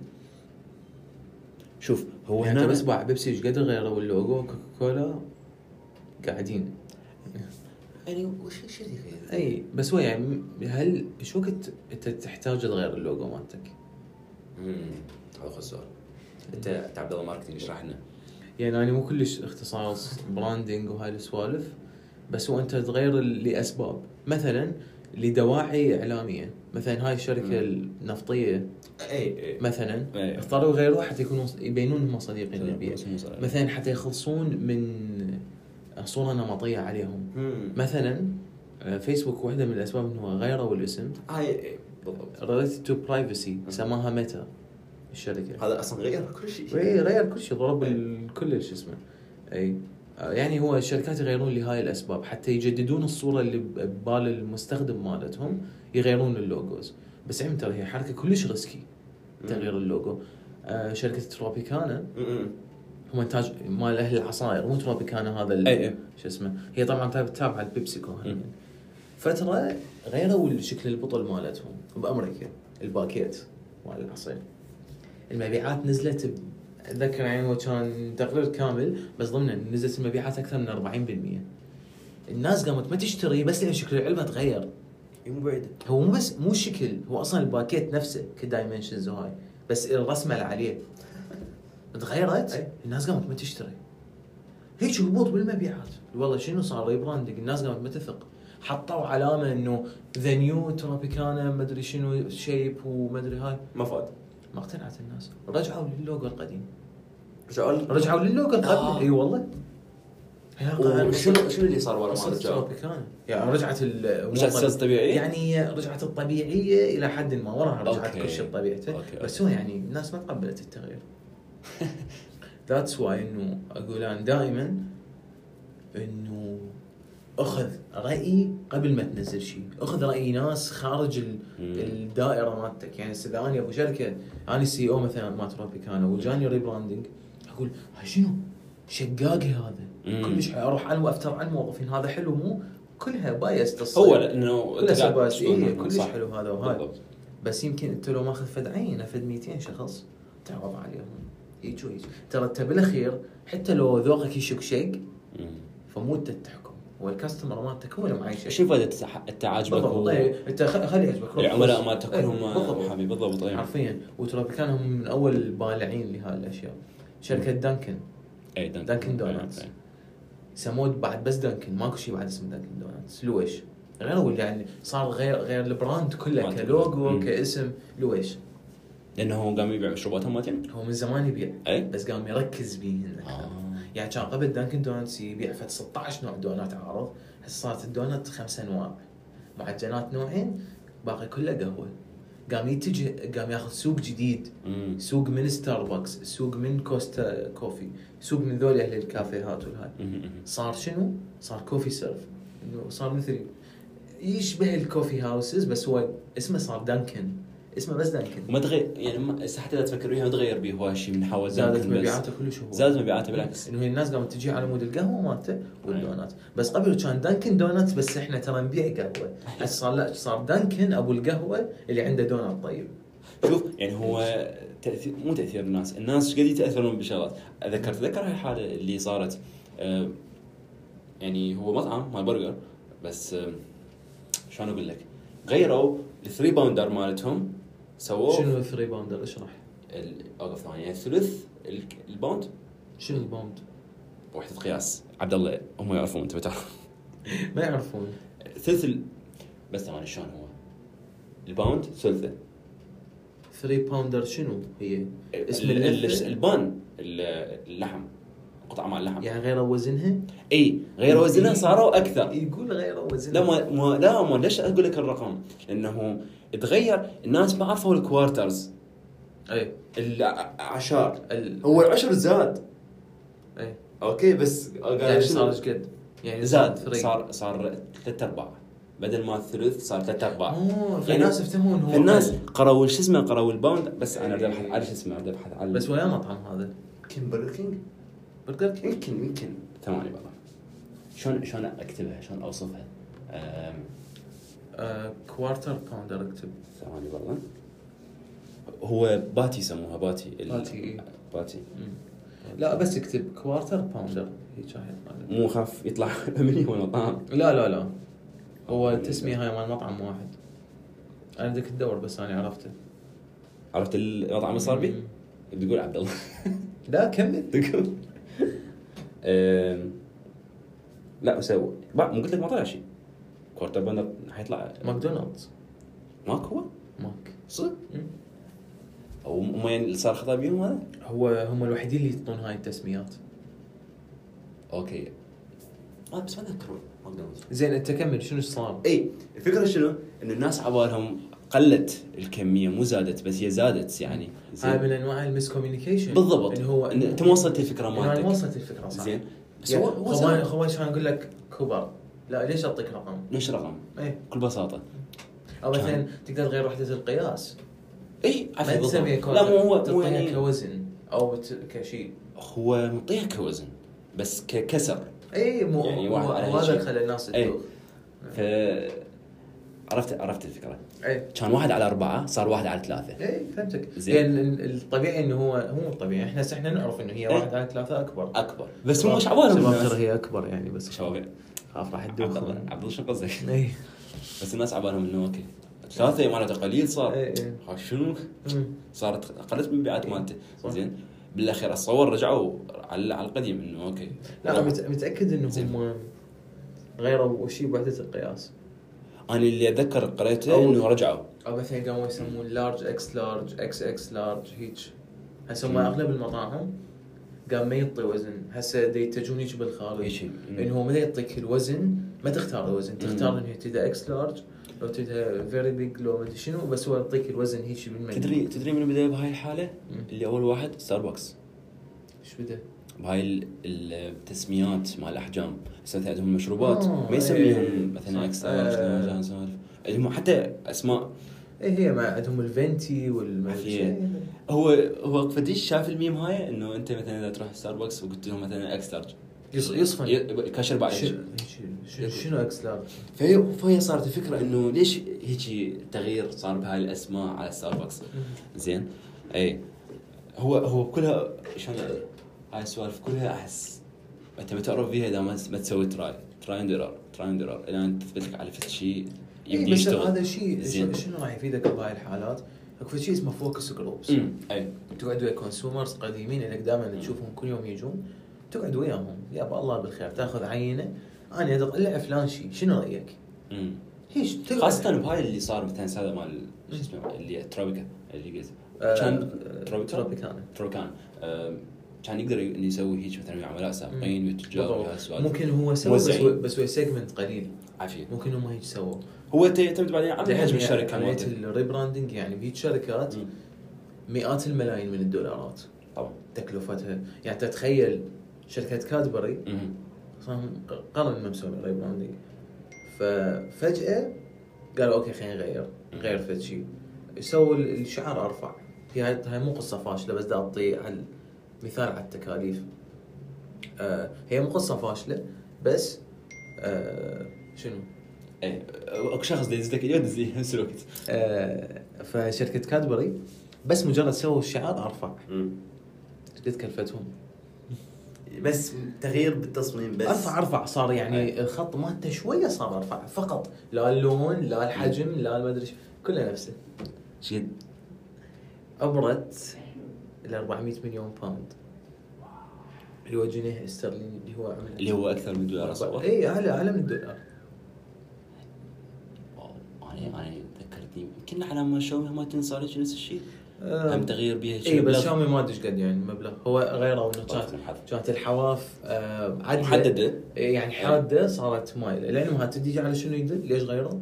شوف هو يعني هنا انت بس باع بيبسي ايش قد غيروا اللوجو كوكا كولا قاعدين يعني وش شو اللي غير؟ اي بس هو يعني م- هل ايش وقت انت تحتاج تغير اللوجو مالتك؟ مم. هذا هو السؤال انت انت عبد الله ماركتينج اشرح لنا يعني انا مو كلش اختصاص براندنج وهاي السوالف بس هو انت تغير ال- لاسباب مثلا لدواعي اعلاميه مثلا هاي الشركه النفطيه اي مثلا إيه. اختاروا يغيروا حتى يكونوا يبينون هم صديقين للبيئه مثلا حتى يخلصون من صوره نمطيه عليهم مثلا مثلا آه، فيسبوك واحده من الاسباب انه غيروا الاسم آه، إيه، هاي بالضبط ريليتد تو برايفسي سماها ميتا الشركه هذا اصلا غير كل شيء اي إيه، غير كل شيء ضرب الكل شو اسمه اي آه، يعني هو الشركات يغيرون لهاي الاسباب حتى يجددون الصوره اللي ب- ببال المستخدم مالتهم يغيرون اللوجوز بس عم ترى هي حركه كلش ريسكي تغيير اللوجو آه، شركه تروبيكانا هم انتاج مال اهل العصاير مو تروبيكانا هذا ال- أي أي. شو اسمه هي طبعا تاب- تابعه لبيبسيكو هاي. مم. فتره غيروا شكل البطل مالتهم بامريكا الباكيت مال العصير المبيعات نزلت ب... اتذكر يعني هو كان تقرير كامل بس ضمنه نزلت المبيعات اكثر من 40% الناس قامت ما تشتري بس لان شكل العلبه تغير مو بعيد هو مو بس مو شكل هو اصلا الباكيت نفسه كدايمنشنز وهاي بس الرسمه اللي عليه تغيرت الناس قامت ما تشتري هيك هبوط بالمبيعات والله شنو صار ريبراندنج الناس قامت ما تثق حطوا علامه انه ذا نيو ترابيكانا ما ادري شنو شيب وما ادري هاي ما فاد ما اقتنعت الناس رجعوا للوجو القديم رجعوا رجعوا للوجو القديم آه. اي والله يا قاعد- وشنو شنو اللي صار ورا ما قصة رجعوا؟ تروبيكانا. يعني رجعت ال- رجعت السيلز طبيعي؟ يعني رجعت الطبيعيه الى حد ما وراها رجعت أوكي. كل شيء طبيعته أوكي، أوكي. بس هو يعني الناس ما تقبلت التغيير ذاتس واي انه اقول انا دائما انه اخذ رايي قبل ما تنزل شيء، اخذ راي ناس خارج ال- مم. الدائره مالتك، يعني هسه اذا انا ابو شركه انا سي او مثلا ما تروبيكانا وجاني ريبراندنج اقول "هاي شنو؟ شقاقي هذا مم. كلش حلو. اروح عنه وافتر عن الموظفين هذا حلو مو كلها بايست الصين هو لانه كلها سباس تشوفهم إيه هم، كلش صح. حلو هذا وهذا بالضبط بس يمكن انت لو ماخذ فد عينه فد 200 شخص تعرض عليهم يجوا يجوا ترى انت بالاخير حتى لو ذوقك يشك شق مم. فمو انت تحكم هو الكاستمر مالتك هو اللي معيشك شنو فائده التع- يعني التعاجبك بالضبط و- إيه، انت خ- خلي يعجبك روح. العملاء مالتك إيه، كلهم بالضبط. آه، حبيبي بالضبط إيه. اي حرفيا وتروبيكان هم من اول البالعين لهالاشياء شركه دانكن اي دانكن دونتس. إيه، إيه. سموه بعد بس دانكن ماكو شيء بعد اسمه دانكن دونتس لويش غير هو اللي يعني صار غير غير البراند كله ما كلوجو مم. كاسم لويش لانه هو قام يبيع مشروباتهم مالتين هو من زمان يبيع اي بس قام يركز بيهن أكثر. إيه؟ آه. يعني كان قبل دانكن دونتس يبيع فد 16 نوع دونات عارض هسه صارت الدونات خمس انواع معجنات نوعين باقي كله قهوه قام يتجه قام ياخذ سوق جديد مم. سوق من ستاربكس سوق من كوستا كوفي سوق من ذول اهل الكافيهات والهاي مم، مم. صار شنو؟ صار كوفي سيرف انه صار مثل يشبه الكوفي هاوسز بس هو اسمه صار دانكن اسمه بس دانكن وما تغير يعني ما هسه حتى لا تفكر فيها ما تغير به هو شيء من حول زادت دانكن بس. مبيعاته كلش هو زادت مبيعاته بالعكس أيوة. انه هي الناس قامت تجي على مود القهوه مالته والدونات بس قبل كان دانكن دونات بس احنا ترى نبيع قهوه أيوة. هسه صار لا صار دانكن ابو القهوه اللي عنده دونات طيب شوف يعني هو تاثير مو تاثير الناس الناس ايش قد يتاثرون بشغلات ذكرت ذكر هاي الحاله اللي صارت آه، يعني هو مطعم مال برجر بس آه، شلون اقول لك غيروا الثري باوندر مالتهم سووه شنو الثري باوندر اشرح ال- اوقف ثانيه يعني ثلث ال- الباوند شنو الباوند؟ وحده قياس عبد الله هم يعرفون انت بتعرف ما يعرفون ثلث ال- بس ثواني شلون هو الباوند ثلثه ثري باوندر شنو هي؟ اسم ال- ال- اللذة. البان ال- اللحم قطعه مع اللحم يعني غير وزنها؟ اي غير وزنها صاروا اكثر يقول غير وزنها لا ما, ما لا ما ليش اقول لك الرقم؟ لانه تغير الناس ما عرفوا الكوارترز اي العشار ال... هو العشر زاد اي اوكي بس يعني صار ايش قد؟ يعني زاد ثري. صار صار ثلاث ارباع بدل ما الثلث صار ثلاث ارباع اوه يعني- فالناس يفتهمون هو الناس أقل. قروا شو اسمه قروا الباوند بس انا بدي ابحث إيه. على شو اسمه بدي ابحث على بس ويا مطعم هذا يمكن برجر كينج برجر كينج يمكن يمكن ثواني والله شلون شلون اكتبها شلون اوصفها؟ أم، آه، كوارتر باوندر اكتب ثواني والله هو باتي يسموها باتي ال- باتي، إيه. باتي مم. لا بس اكتب كوارتر باوندر يعني هيك راح يطلع لك. مو خاف يطلع مني هو طعم لا لا لا هو التسميه هاي مال مطعم واحد انا بدك تدور بس انا عرفته عرفت المطعم اللي صار بي؟ مم. بتقول عبد الله لا كمل تقول أم، لا سو ما مو قلت لك ما طلع شيء كوارتر بندر حيطلع ماكدونالدز ماك هو ماك صدق مم. او م- يعني اللي صار خطا بيهم هذا هو هم الوحيدين اللي يعطون هاي التسميات اوكي ما آه، بس ما اذكر ماكدونالدز زين انت كمل شنو صار؟ اي الفكره إيه، شنو؟ انه الناس عبالهم قلت الكميه مو زادت بس هي زادت يعني هاي من زين انواع المسكوميونيكيشن بالضبط اللي هو إن- انت ما وصلت الفكره ما مالتك وصلت الفكره صح زين بس يعني هو هو هو زاد. هو كان يقول لك كبر لا ليش اعطيك رقم؟ ليش رقم؟ ايه بكل بساطه او كان. مثلا تقدر تغير وحده القياس اي ما تسميه إيه، بالضبط. كوزن لا مو هو مو تعطيها يعني كوزن او ت- كشيء هو مطيها كوزن بس ككسر اي إيه، مو يعني مو- واحد على هو هذا هالشيء. اللي خلى الناس إيه. تدوخ ف عرفت عرفت الفكره اي كان واحد على اربعه صار واحد على ثلاثه اي إيه. فهمتك زين. زين الطبيعي انه هو هو مو الطبيعي احنا هسه احنا نعرف انه هي إيه. واحد على ثلاثه اكبر اكبر بس مو مش عبالهم شباب ترى الناس هي اكبر يعني بس شباب خاف راح إيه. عبد الله تدوخ عبد الله شو قصدك؟ اي بس الناس عبالهم انه اوكي ثلاثه مالته قليل صار إيه، إيه. ها شنو مم. صارت قلت المبيعات مالته صح. زين بالاخير اتصور رجعوا على على القديم انه اوكي لا أنا مت- متاكد زين. انهم غيروا شيء بوحده القياس انا اللي اتذكر قريته أول- انه رجعوا او مثلا قاموا يسمون لارج اكس لارج اكس اكس لارج هيج هسه هم اغلب المطاعم قام ما يعطي وزن هسه دا يتجهون هيك بالخارج هيجي. مم. انه هو ما دا يعطيك الوزن ما تختار الوزن تختار مم. انه تدا اكس لارج لو تدا فيري بيج لو ما ادري شنو بس هو يعطيك الوزن هيك بالمنيو تدري تدري من البدايه بهاي الحاله مم. اللي اول واحد ستاربكس ايش بدا؟ بهاي ال- التسميات مال الاحجام بس مثلا عندهم مشروبات آه، ما إيه. يسميهم مثلا صح. اكس آه. لارج هم حتى اسماء اي إيه، هي ما عندهم الفنتي والما أدري هي. شنو. هو هو قديش شاف الميم هاي انه انت مثلا اذا تروح ستاربكس وقلت لهم مثلا اكس لارج يص- يصفن ي- كاشر بعد شنو- شنو- شنو اكس لارج؟ فهي فهي صارت الفكره انه ليش هيجي تغيير صار بهاي الاسماء على ستاربكس زين اي هو هو كلها شلون أقول؟ هاي السوالف كلها احس انت ما تعرف فيها اذا ما ما تسوي تراي تراي اند ايرور تراي اند ايرور الى ان تثبت لك على فد شيء إيه، يبدي بس يشتغل هذا شيء زين. شنو- شنو راح يفيدك بهاي الحالات؟ اكو شيء اسمه فوكس جروبس أمم، اي تقعد ويا كونسيومرز قديمين انك دائما تشوفهم كل يوم يجون تقعد وياهم يا أبا الله بالخير تاخذ عينه انا ادق الا فلان شيء شنو رايك؟ أمم. هيش تقعد خاصة بهاي اللي صار مثلا هذا مال شو اسمه اللي تروبيكا اللي قلت آه، كان تروبيكا تروبيكانا تروبيكان آه، كان يقدر انه يسوي هيك مثلا ويا عملاء سابقين ويا تجار بالضبط. ويا هالسوالف. ممكن هو سوى بس موزعين. بس ويا سيجمنت قليل عافية ممكن هم هيك سووا هو ت- يعتمد بعدين على دحين حجم يعني الشركة عمليه مالته الريبراندنج يعني بهيج شركات مم. مئات الملايين من الدولارات طبعا تكلفتها يعني تتخيل شركه كادبري مم. صار قرن ما مسوي ريبراندنج ففجأة قالوا اوكي خلينا نغير نغير فد شيء سووا ال- الشعار ارفع هي هاي هاي مو قصة فاشلة بس دا اعطي على مثال على التكاليف آه هي مو قصة فاشلة بس آه شنو اي اكو إيه، شخص دا يدز لك اياه يدز لي نفس الوقت آه فشركة كادبري بس مجرد سووا الشعار ارفع قد كلفتهم بس تغيير بالتصميم بس ارفع ارفع صار يعني الخط مالته شويه صار ارفع فقط لا اللون لا الحجم لا المدري شو كله نفسه جد عبرت ال 400 مليون باوند اللي هو جنيه استرليني اللي هو عمله اللي هو اكثر من دولار اصور اي اعلى اعلى من الدولار واو. انا انا ذكرتني يمكن على ما شاومي ما تنصار هيك نفس الشيء آه، هم تغيير بيها اي بس مبلغ. شاومي ما ادري ايش قد يعني المبلغ هو غيره انه والله كانت الحظ. كانت الحواف آه، عدلة. محددة. إيه، يعني حاده صارت مايله لانه ما تدري على شنو يدل ليش غيره؟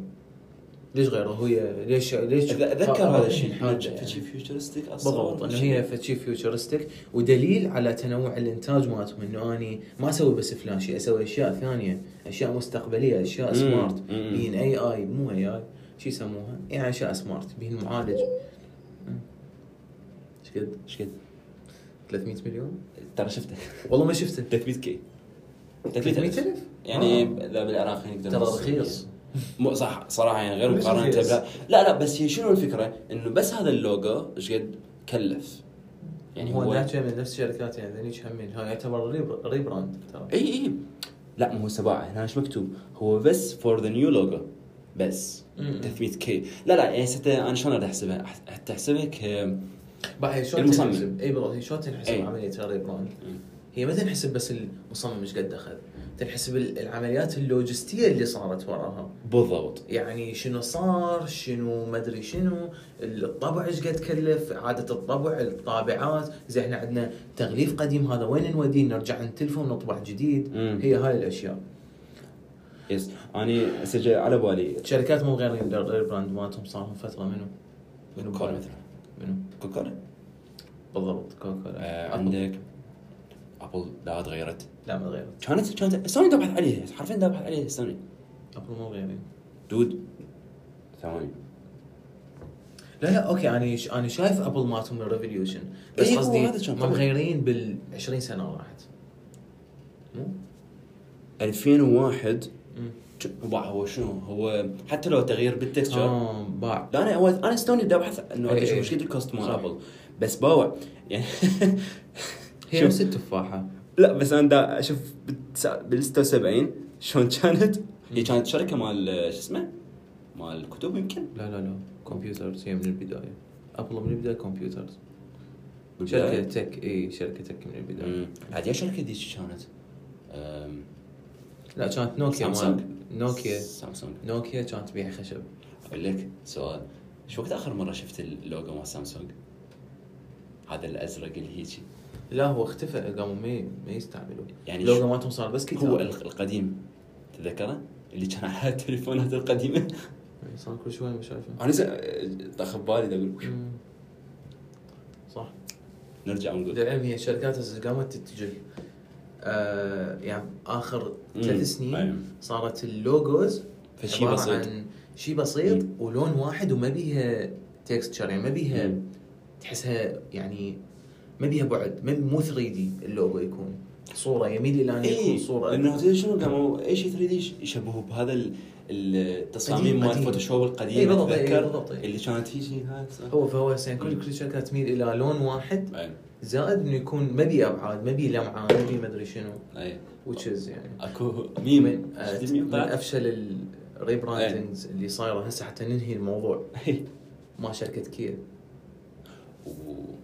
ليش غيره هي ليش ليش آه، أذ- اتذكر هذا الشيء حاجة في شيء يعني. فيوتشرستيك اصلا بالضبط انه هي فشي فيوتشرستيك ودليل على تنوع الانتاج مالتهم انه اني ما اسوي بس فلان شيء اسوي اشياء ثانيه اشياء مستقبليه اشياء مم، سمارت مم. بين اي اي مو اي اي شو يسموها؟ يعني اشياء سمارت بين معالج مم. ايش قد؟ ايش قد 300 مليون؟ ترى شفته والله ما شفته 300 كي 300,000 يعني آه. لا بالعراق نقدر ترى نص- رخيص مو صح صراحه يعني غير مش مقارنه رخيص. بلا لا لا بس هي شنو الفكره انه بس هذا اللوجو ايش قد كلف يعني هو ناتج من نفس الشركات يعني ذنيج همين هاي يعتبر ريب- ريبراند ترى اي اي لا مو سباعة هنا ايش مكتوب هو بس فور ذا نيو لوجو بس مم. 300 كي لا لا يعني ستة انا شلون احسبها أح- احسبها ك بعد هي شلون المصمم. تنحسب اي بالضبط هي شلون تنحسب إي. عمليه الريبراند مم. هي ما تنحسب بس المصمم ايش قد اخذ تنحسب ال- العمليات اللوجستيه اللي صارت وراها بالضبط يعني شنو صار شنو ما ادري شنو الطبع ايش قد كلف عاده الطبع الطابعات زي احنا عندنا تغليف قديم هذا وين نوديه نرجع نتلفه ونطبع جديد مم. هي هاي الاشياء يس انا سجل على بالي شركات مو غير الريبراند مالتهم صار لهم فتره منو منو كوكولا مثلا منو كوكولا بالضبط كوكولا آه، أبل. عندك ابل لا تغيرت لا ما غيرت كانت كانت سوني دابحت عليها حرفيا دابحت عليها سوني ابل مو غيري دود ثواني لا لا اوكي انا ش... انا شايف ابل مالتهم الريفوليوشن بس إيه، هو قصدي هذا كان ما طبعاً. مغيرين بال 20 سنه راحت مو؟ 2001 مم. باع هو شنو هو حتى لو تغيير بالتكستشر اه باع لا انا اول انا ستوني بدي ابحث انه إيه، اشوف إيه. ايش قد الكوست مال صح. ابل بس باوع يعني هي شوف. نفس التفاحه لا بس انا دا اشوف بال 76 شلون كانت هي كانت شركه مال شو اسمه مال الكتب يمكن لا لا لا كمبيوترز هي من البدايه ابل من البدايه كمبيوترز شركه بالبداية. تك اي شركه تك من البدايه أمم. عاد يا شركه ذيك كانت أم، لا كانت نوكيا سامسونج. مال نوكيا سامسونج نوكيا كانت تبيع خشب اقول لك سؤال شو وقت اخر مره شفت اللوجو مال سامسونج؟ هذا الازرق الهيجي لا هو اختفى قاموا ما ما يستعملوه يعني اللوجو مالتهم صار بس كتاب هو الق- القديم تتذكره؟ اللي كان على التليفونات القديمه إي، صار كل شوي ما شايفه انا س- طخ ببالي دا اقول أمم. صح نرجع ونقول للعلم هي شركات هسه قامت تتجه آه يعني اخر أمم. ثلاث سنين أيوة. صارت اللوجوز فشي عبارة بسيط عن شيء بسيط ولون واحد وما بيها تكستشر يعني ما بيها مم. تحسها يعني ما بيها بعد ما مو 3 دي اللوجو يكون صوره يميل الى ان يعني يكون اي صوره لانه تدري إيه، شنو قاموا اي شيء 3 دي يشبهوا بهذا ال- التصاميم قديم، مال قديم. فوتوشوب إي، القديم بالضبط، إي، اتذكر بالضبط، إي. اللي كانت هيجي هاي صح. هو فهو هسه كل كل الشركات تميل الى لون واحد أي. زائد انه يكون ما بيه ابعاد ما بيه لمعه ما بيه ما ادري شنو اي وتشز يعني اكو من, ميم آه، إيه. شفت الميم من طلع؟ افشل الريبراندنجز اللي صايره هسه حتى ننهي الموضوع إي. مع شركه كيا و-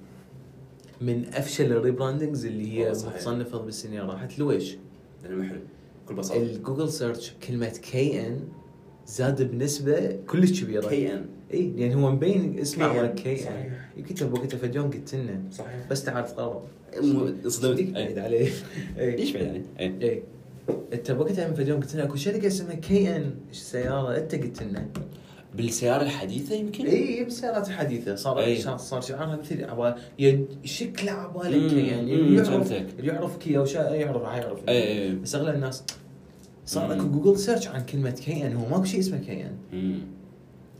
من افشل الريبراندنجز اللي هي والله صحيح. متصنفه بالسنين راحت لويش لانه حلو كل بساطه الجوجل سيرش بكلمه كي ان زاد بنسبه كلش كبيره كي ان اي لان هو مبين اسمه KN. على كي ان صحيح. يكتب وقتها فجون قلت لنا صحيح بس تعال تقرب مو- انصدمت صدق بعيد أي. عليه ليش اي بعيد يعني؟ اي اي انت وقتها من فجون قلت لنا اكو شركه اسمها كي ان سياره انت قلت لنا بالسياره الحديثه يمكن؟ إيه. اي بسيارات حديثه صار إي. صار صار شعارها مثل يعني عبال يد- شكله عبالك مم، يعني مم، اللي يعرف فهمتك. اللي يعرف كيا وش يعرف راح يعرف إي، إي. بس اغلب الناس صار مم. اكو جوجل سيرش عن كلمه كي ان هو ماكو شيء اسمه كي ان أمم.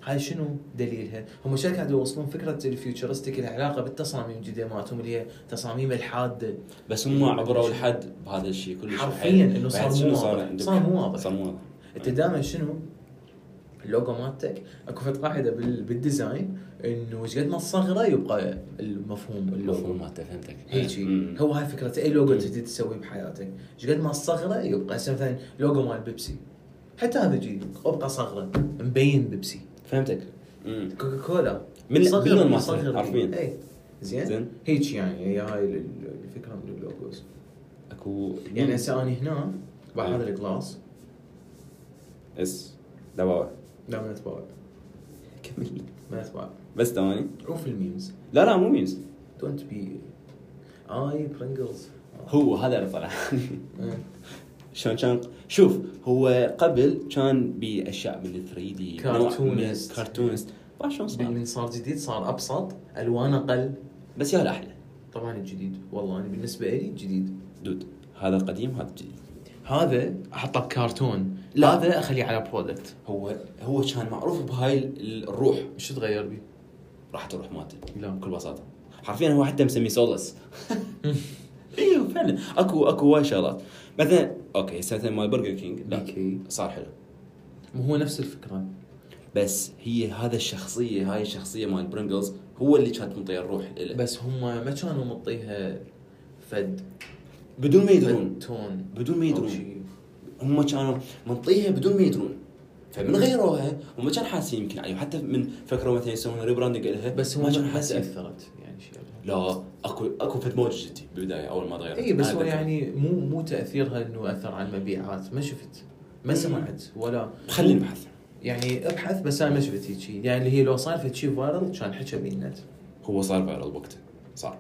هاي شنو دليلها؟ هم شركه قاعد يوصلون فكره الفيوتشرستيك لها علاقه بالتصاميم الجديده مالتهم اللي هي تصاميم الحاده بس هم عبروا الحد بهذا الشيء كل شيء حرفياً بعد إنه صار شنو مو واضح. عندك؟ صار مو واضح. صار مو واضح انت دائما شنو؟ اللوجو مالتك اكو فد قاعده بال- بالديزاين انه ايش قد ما تصغره يبقى المفهوم اللوجو المفهوم مالته فهمتك هيجي أمم. هو هاي فكره اي لوجو مم. جديد تسويه بحياتك ايش قد ما تصغره يبقى هسه مثلا لوجو مال بيبسي حتى هذا جديد ابقى صغره مبين بيبسي فهمتك أمم. كوكا كولا من- صغر- باللون مالته، صغر بي. عارفين. اي إيه. زين زين. هيك يعني هي هاي ال- ال- الفكره من اللوجوز اكو يعني هسه انا هنا باع مم. هذا الجلاس اس دواوع لا ما يتباع كمل ما يتباع بس ثواني عوف الميمز لا لا مو ميمز دونت بي اي برينجلز هو هذا اللي طلع شلون كان شوف هو قبل كان باشياء من 3 دي كارتونست. كارتونست ما شلون صار من صار جديد صار ابسط الوانه اقل بس يا احلى طبعا الجديد والله انا بالنسبه لي الجديد دود هذا قديم هذا جديد هذا احطه بكرتون لا. هذا اخليه على برودكت هو هو كان معروف بهاي ال- الروح شو تغير بي؟ راح تروح مالته لا. بكل بساطه حرفيا هو حتى مسميه سولس ايوه فعلا اكو اكو هواي شغلات مثلا اوكي هسه مثلا مال برجر كينج أوكي. لا صار حلو مو هو نفس الفكره بس هي هذا الشخصيه هاي الشخصيه مال برينجلز هو اللي كانت مطيه الروح له بس بس هم ما كانوا مطيها فد بدون ما يدرون فد تون بدون ما أو يدرون شي. هم كانوا منطيها بدون ما يدرون فمن غيروها هم كانوا حاسين يمكن عليهم حتى من فكروا مثلا يسوون ريبراندنج لها بس هم ما كانوا ما حاسين تاثرت يعني شيء لا اكو اكو فد موجه جدي بالبدايه اول ما تغيرت اي بس أنا هو أتذكر. يعني مو مو تاثيرها انه اثر على المبيعات ما شفت ما مم. سمعت ولا خلينا نبحث يعني ابحث بس انا ما شفت هيك شيء يعني هي لو صار في شيء فايرل كان حكى بالنت هو صار فايرال بوقته صار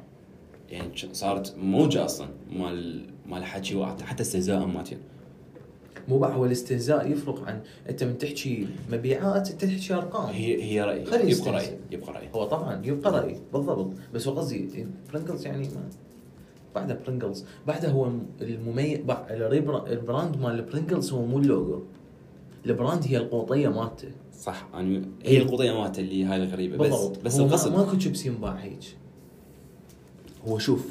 يعني ش- صارت موجه اصلا مال مال حكي وحتى حتى استهزاء ماتين مو بقى هو الاستهزاء يفرق عن انت من تحكي مبيعات انت تحكي ارقام هي هي راي خلي يبقى يستهزئ. راي يبقى راي هو طبعا يبقى راي بالضبط بس هو قصدي برينجلز يعني ما بعده برينجلز بعده هو المميز بع- الريبرا- البراند مال برينجلز هو مو اللوجو البراند هي القوطيه مالته صح انا هي القضيه مالته اللي هاي الغريبه بس إيه. بالضبط بس هو ما- القصد ماكو شيبس ينباع هيك هو شوف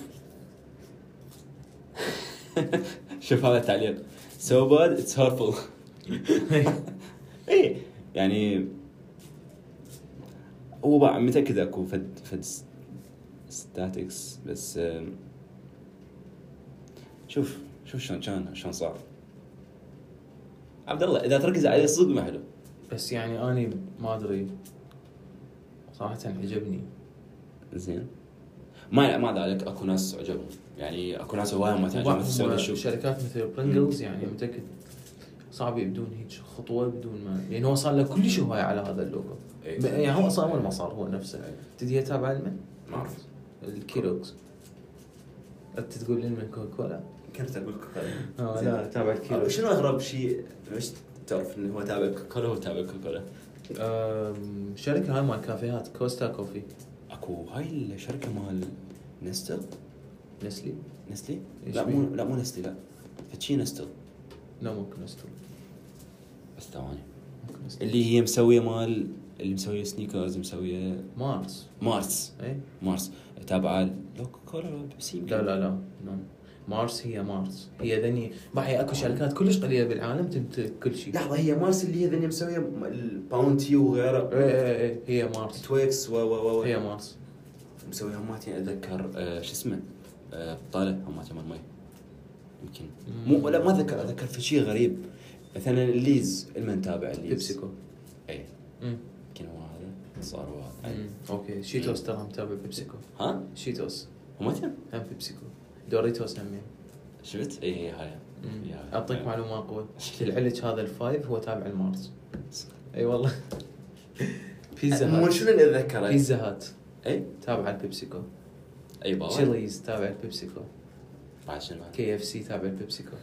شوف هذا التعليق سو باد اتس هيرفول إيه. اي يعني هو بقى متاكد اكو فد فد ستاتكس بس آم، شوف شوف شلون كان شلون صار عبد الله اذا تركز عليه صدق ما حلو بس يعني اني ما ادري صراحه عجبني زين ما ما ذلك اكو ناس عجبهم يعني اكو ناس هوايه ما تعجبهم وبعض مثل سعود الشوك شركات مثل برينجلز يعني متاكد صعب يبدون هيك خطوه بدون ما لانه هو صار له كلش هوايه على هذا اللوجو إيه. يعني هو اصلا اول ما صار هو نفسه تدري تابع علمه ما اعرف الكيلوكس انت تقول لي من كوكا كولا كنت اقول كوكاكولا آه، زين. لا تابع آه، الكيلوكس شنو اغرب شيء عشت تعرف انه هو تابع كوكا كله تابع كله آم، شركه هاي مال كافيهات كوستا كوفي اكو هاي الشركه مال نستل نسلي نستلي إيش لا بيه؟ مو لا مو نستلي لا فشي نستل لا ممكن نستل بس ثواني ممكن نستل. اللي هي مسويه مال اللي مسويه سنيكرز مسويه مارس مارس اي مارس تابعه لوكو كولا بيبسي لا لا لا لا. مارس هي مارس هي ذني بحي اكو شركات كلش قليله بالعالم تنتج كل شيء لحظه هي مارس اللي هي ذني مسويه م- الباونتي وغيره اي اي اي إيه، هي مارس تويكس و و و هي مارس مسوي هماتي اتذكر آه، شو اسمه آه، بطاله هماتي مال مي يمكن مو لا ما اتذكر اتذكر في شيء غريب مثلا الليز المن تابع الليز بيبسيكو اي أمم. يمكن هو هذا صار هو هذا أمم. اوكي شيتوس ترى متابع بيبسيكو ها شيتوس هماتي هم بيبسيكو دوريتوس هم يعني. شفت اي اي هاي أمم. يا- اعطيك معلومه اقوى العلج هذا الفايف هو تابع المارس آه، اي والله بيتزا مو هات شنو اللي اتذكره بيتزا هات اي تابع البيبسيكو اي إيه؟ بابا تشيليز تابع البيبسيكو بعد شنو بعد؟ كي اف سي تابع البيبسيكو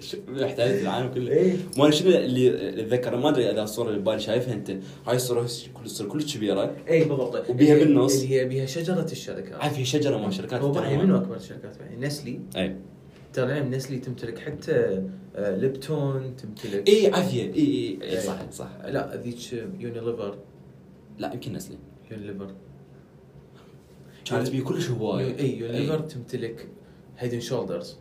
شو- احتلت العالم كله إيه. ايه ما أنا شنو اللي اللي اتذكره ما ادري اذا الصوره اللي ببالي شايفها انت هاي الصوره كل الصوره كلش كبيره اي بالضبط وبيها اللي- بالنص. اللي هي بيها شجره الشركات عارف هي شجره مال شركات هو بعد التنوير. منو اكبر الشركات بعد نسلي اي ترى العلم نسلي تمتلك حتى آه، ليبتون تمتلك اي عافيه اي اي اي إيه، صح صح لا ذيك يونيليفر لا يمكن نسلي يونيليفر كانت بيه كلش إيه. هوايه اي يونيليفر تمتلك هيد اند شولدرز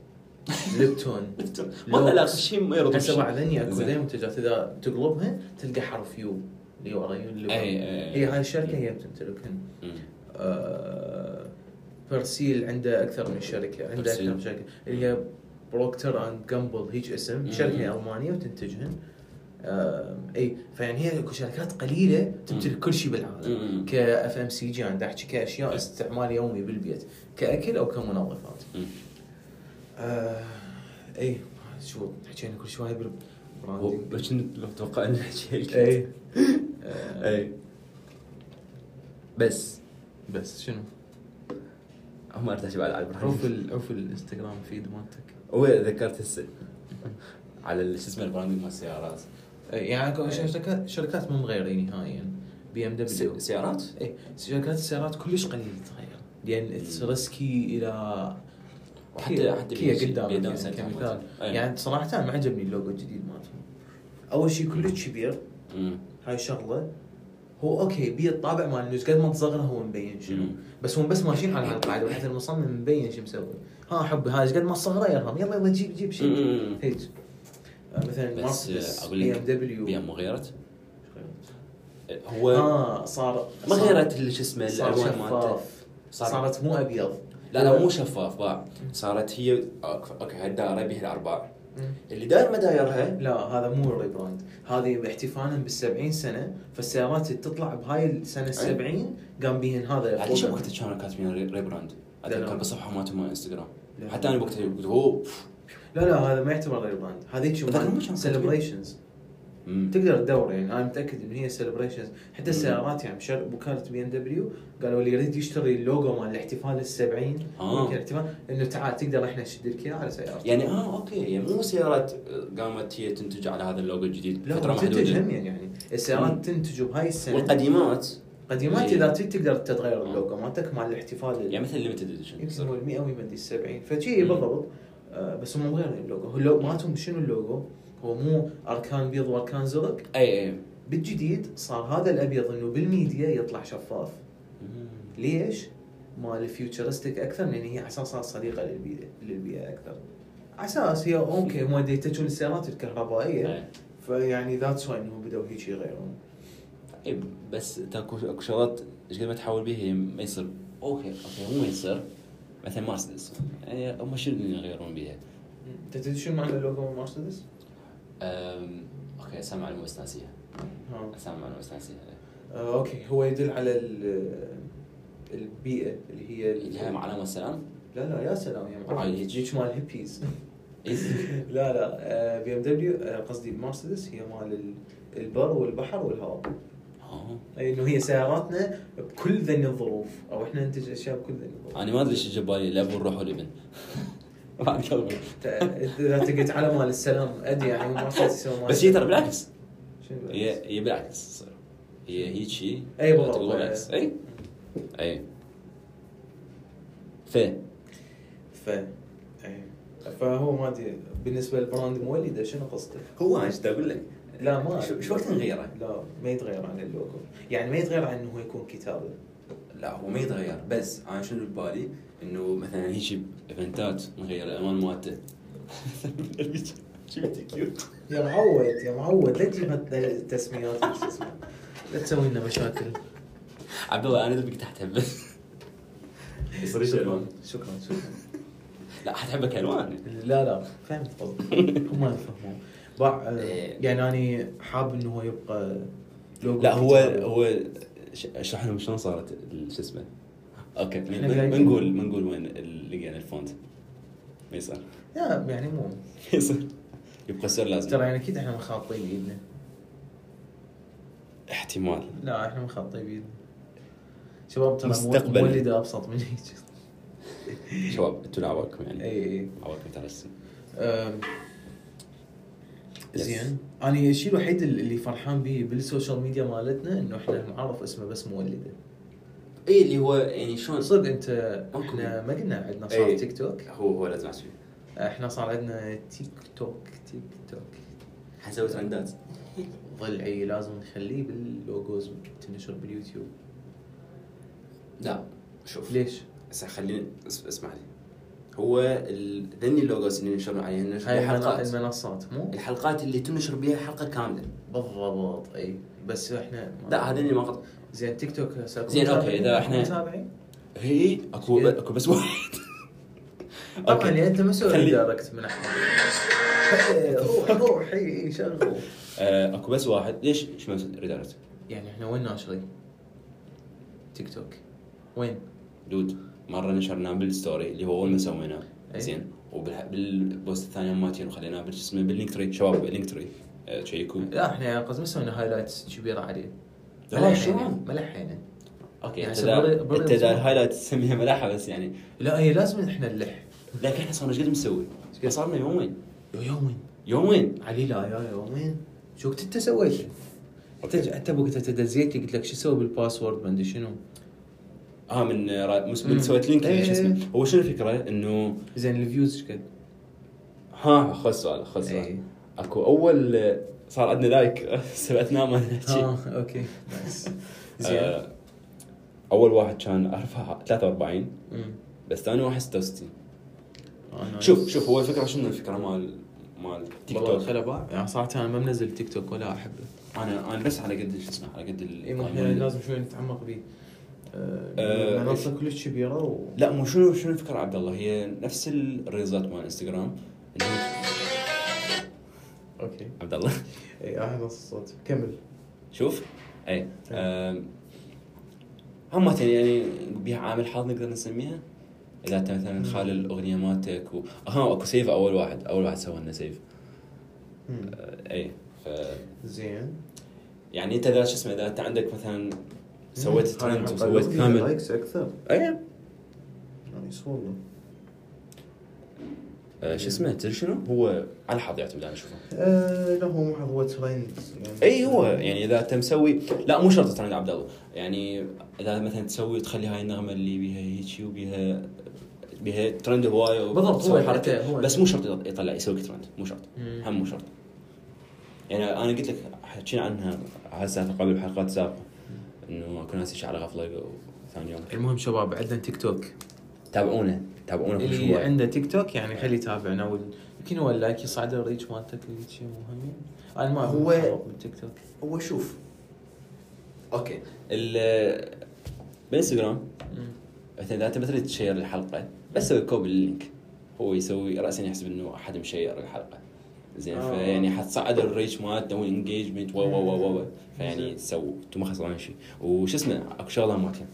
ليبتون إيه. والله لا شيء ما يرضى إيه. هسه بعد ذني اكو زين. ذي منتجات اذا تقلبها تلقى حرف يو اللي ورا يو اللي ورا. أي- أي- هي هاي الشركه هي بتمتلكهن إيه. آه، برسيل عنده اكثر من شركه عنده برسيل. اكثر من شركه اللي هي بروكتر اند جامبل هيج اسم مم. شركه المانيه وتنتجهن آه، اي فيعني هي اكو شركات قليله تمتلك كل شيء بالعالم مم. كاف ام سي جي انا دا احكي كاشياء أي. استعمال يومي بالبيت كاكل او كمنظفات آه، اي شو حكينا كل شوي بالبراندنج بس لو توقع ان نحكي هيك اي آه، اي بس بس شنو؟ هم ارتاح بعد على البراندنج عوف ال... عوف الانستغرام فيد مالتك هو ذكرت هسه على ال- شو اسمه البراندنج مال السيارات إيه، إي، يعني اكو شركات شركات مو مغيرين نهائيا بي ام دبليو س- سيارات؟ اي شركات السيارات كلش قليل تتغير لان اتس ريسكي الى وحتى- كيا- حتى كيا بيجي- قدام بيدام يعني سنة كمثال أي. يعني صراحه ما عجبني اللوجو الجديد مالتهم اول شيء كلش كبير مم. هاي شغله هو اوكي بيه الطابع مال نيوز قد ما تصغره هو مبين شنو مم. بس هم بس ماشيين على هالقاعده وحتى المصمم مبين شو مسوي ها حبي هاي قد ما تصغره يرهم يلا يلا جيب جيب شيء مم. هيك آه، مثلا بس مرسيدس آه، اقول بي ام لك بي دبليو ام غيرت إيه، هو اه صار ما صار- غيرت ال- شو اسمه صار الالوان مالته شفاف صار- صارت مو ابيض لا لا مو شفاف باع صارت هي أوك- اوكي هاي الدائره بيها الارباع مم. اللي داير ما دايرها لا هذا مو ريبراند هذه احتفالا بال 70 سنه فالسيارات اللي تطلع بهاي السنه ال 70 قام بيهن هذا ليش وقتها كانوا كاتبين ري- ريبراند؟ لا، لا. اتذكر بالصفحه مالته مال انستغرام لا. حتى انا وقتها قلت هو أوف. لا لا هذا ما يعتبر ريبراند هذيك شو لكن مو شنو سيلبريشنز مم. تقدر تدور يعني انا متاكد ان هي سيلبريشنز حتى السيارات يعني شر... وكاله بي ام دبليو قالوا اللي يريد يشتري اللوجو مال الاحتفال ال 70 آه. يمكن احتفال انه تعال تقدر احنا نشد لك اياه على سيارتك يعني اه اوكي يعني مو سيارات آه، قامت هي تنتج على هذا اللوجو الجديد لا تنتج هم يعني السيارات تنتج بهاي السنه والقديمات قديمات إيه. آه. اذا تريد تقدر تتغير اللوجو مالتك مال الاحتفال يعني مثل ليمتد اديشن يمكن هو ال 100 ويمدي ال 70 فشي بالضبط آه بس هم مغيرين اللوجو هو اللو- مالتهم شنو اللوجو؟ هو مو اركان بيض واركان زرق اي اي بالجديد صار هذا الابيض انه بالميديا يطلع شفاف ليش؟ مال فيوتشرستيك اكثر لان هي على اساس صارت صديقه للبيئه للبيئه اكثر على اساس هي اوكي هم دا يتجهون السيارات الكهربائيه إيه. فيعني ذاتس واي انهم بداوا هيك يغيرون اي طيب، بس تاكو اكو شغلات ايش قد ما تحاول بيها هي ما يصير اوكي اوكي مو ما يصير مثلا مرسيدس يعني هم شنو اللي يغيرون بيها؟ انت تدري شنو معنى اللوجو مال مرسيدس؟ أم، اوكي سمع المستنسيه ها. اسامي معلومه اساسيه آه، اوكي هو يدل على ال- البيئه اللي هي ال- اللي هي مع علامه السلام لا لا يا سلام يا معلم هيك. هيك مال هيبيز إيزي. لا لا بي ام دبليو آه، قصدي مرسيدس هي مال ال- البر والبحر والهواء آه. اي انه هي سياراتنا بكل ذني الظروف او احنا ننتج اشياء بكل ذني الظروف انا ما ادري شو جاب بالي الاب والروح والابن بعد قلبي ت- اذا تقعد على مال السلام ادري يعني مرسيدس يسوي مال بس هي ترى بالعكس شنو بالعكس؟ هي هي بالعكس تصير هي هيك شيء أي بالضبط. تقول بالعكس إيه. اي اي ف ف إيه. فهو ما ادري بالنسبه للبراند مولده شنو قصته؟ هو ايش اقول لك لا ما شو- شو وقت نغيره؟ لا ما يتغير عن اللوجو يعني ما يتغير عن انه هو يكون كتابه لا هو ما يتغير بس انا شنو ببالي انه مثلا مثلا هيك ايفنتات نغير الالوان مالته يا معود يا معود لا تجيب التسميات شو اسمه. لا تسوي لنا مشاكل عبد الله انا دبك تحت هبه يصير ايش الوان؟ شكرا شكرا لا حتحبك الوان لا لا فهمت قصدي هم ما يفهمون باع يعني اني حاب انه هو يبقى لوجو لا هو كتابي. هو ش- اشرح لهم شلون صارت ال- شو اسمه اوكي من- إحنا من- قاعدين. بنقول بنقول وين ال- لقينا الفونت ما يصير لا يعني مو ما يصير يبقى سر ترى لازم يعني اكيد احنا مخاطين بايدنا احتمال لا احنا مخاطين بايدنا شباب ترى مستقبل. مولده ابسط من هيك شباب انتوا لا عواقبكم اي يعني اي عواقب ترسي أم، Yes. زين انا الشيء الوحيد اللي فرحان به بالسوشيال ميديا مالتنا انه احنا معرف اسمه بس مولده اي اللي هو يعني شلون صدق انت ماكو. احنا ما قلنا عندنا إيه. صار تيك توك هو هو لازم احسب احنا صار عندنا تيك توك تيك توك حنسوي ترندات ضلعي لازم نخليه باللوجوز تنشر باليوتيوب لا شوف ليش؟ هسه خليني اس- اسمع لي هو ال- ذني اللوجوز اللي نشرنا عليه نشر هاي بيه المنا- حلقات المنصات مو؟ يعني الحلقات اللي تنشر بها حلقه كامله بالضبط اي بس احنا ما- لا هذني ما قط زين تيك توك هسه زين، أوكي، متابعين؟ إذا إحنا- متابعين هي اكو اكو بس واحد طبعا يعني انت مسوي خلي- دايركت من احمد إيه، روح روح اي اي شغل آه، اكو بس واحد ليش ايش ما ريدايركت يعني احنا وين ناشرين؟ تيك توك وين؟ دود مره نشرناه بالستوري اللي هو اول ما سويناه أي. زين وبالبوست الثاني مالتين وخليناه بال- شو اسمه باللينك تري شباب باللينك تري آه، تشيكوا لا احنا يعني قصدي ما سوينا هايلايتس كبيره عليه لا، ملحينا شلون؟ ملحينا اوكي يعني انت هسه بري- دا- بري- انت دا الهايلايت تسميها ملاحه بس يعني لا هي لازم احنا نلح لكن احنا صرنا ايش قد مسوي؟ صار لنا يومين يومين يومين علي لا يا يومين شو كنت انت سويت؟ انت انت وقتها تدزيت قلت لك شو سوي بالباسورد ما ادري شنو اه من آه، را- مس- مم. من سويت لينك إيه. شو اسمه هو شنو الفكره انه زين الفيوز ايش قد؟ ها خذ سؤال خذ إيه. سؤال اكو اول آه، صار عندنا لايك سبعتنا ما نحكي اه اوكي نايس زين آه، اول واحد كان اعرفه 43 مم. بس ثاني واحد 66 آه، نايس. شوف شوف هو الفكره شنو الفكره مال مال تيك والله توك خلا باع يعني صراحه انا ما منزل تيك توك ولا احبه انا انا بس على قد شو اسمه على قد ال- اي مو احنا لازم شوي نتعمق به يعني آه، منصه كلش كبيره و لا مو شنو شنو الفكره عبد الله هي نفس الريزات مال انستغرام إنه- اوكي عبد الله اي احد الصوت كمل شوف اي آم، هم يعني بيها عامل حظ نقدر نسميها اذا انت مثلا خال الاغنيه مالتك و... ها اكو سيف اول واحد اول واحد سوى لنا سيف مم. آه، اي ف زين يعني انت اذا شو اسمه اذا انت عندك مثلا سويت هاي ترند عم وسويت قلبي كامل لايكس اكثر اي نايس والله آه، شو اسمه تدري شنو؟ هو على حظ يعتمد انا اشوفه آه، لا هو مو هو ترند يعني. اي هو يعني اذا انت مسوي لا مو شرط ترند عبد الله يعني اذا مثلا تسوي تخلي هاي النغمه اللي بيها هيجي وبيها بيها ترند هوايه و- بالضبط، هو تسوي حتى هو. بس مو شرط يط- يطلع يسويك ترند مو شرط مم. هم مو شرط يعني انا قلت لك حكينا عنها هسه قبل بحلقات سابقه انه اكو ناس على غفله ثاني يوم المهم شباب عندنا تيك توك تابعونا تابعونا كل اللي شوي عنده تيك توك يعني خليه يتابعنا وال- يمكن هو اللايك يصعد الريتش مالتك اللي شيء مهم انا ما هو- هو بالتيك توك هو شوف اوكي ال- بالانستغرام مم. مثلا اذا انت ما تريد تشير الحلقه بس سوي كوبي لللينك هو يسوي راسا يحسب انه احد مشير الحلقه زين آه. فيعني حتصعد الريتش مالتنا والانجيجمنت و و و و فيعني سو انتم ما خسران شيء وش اسمه اكو شغله مالتنا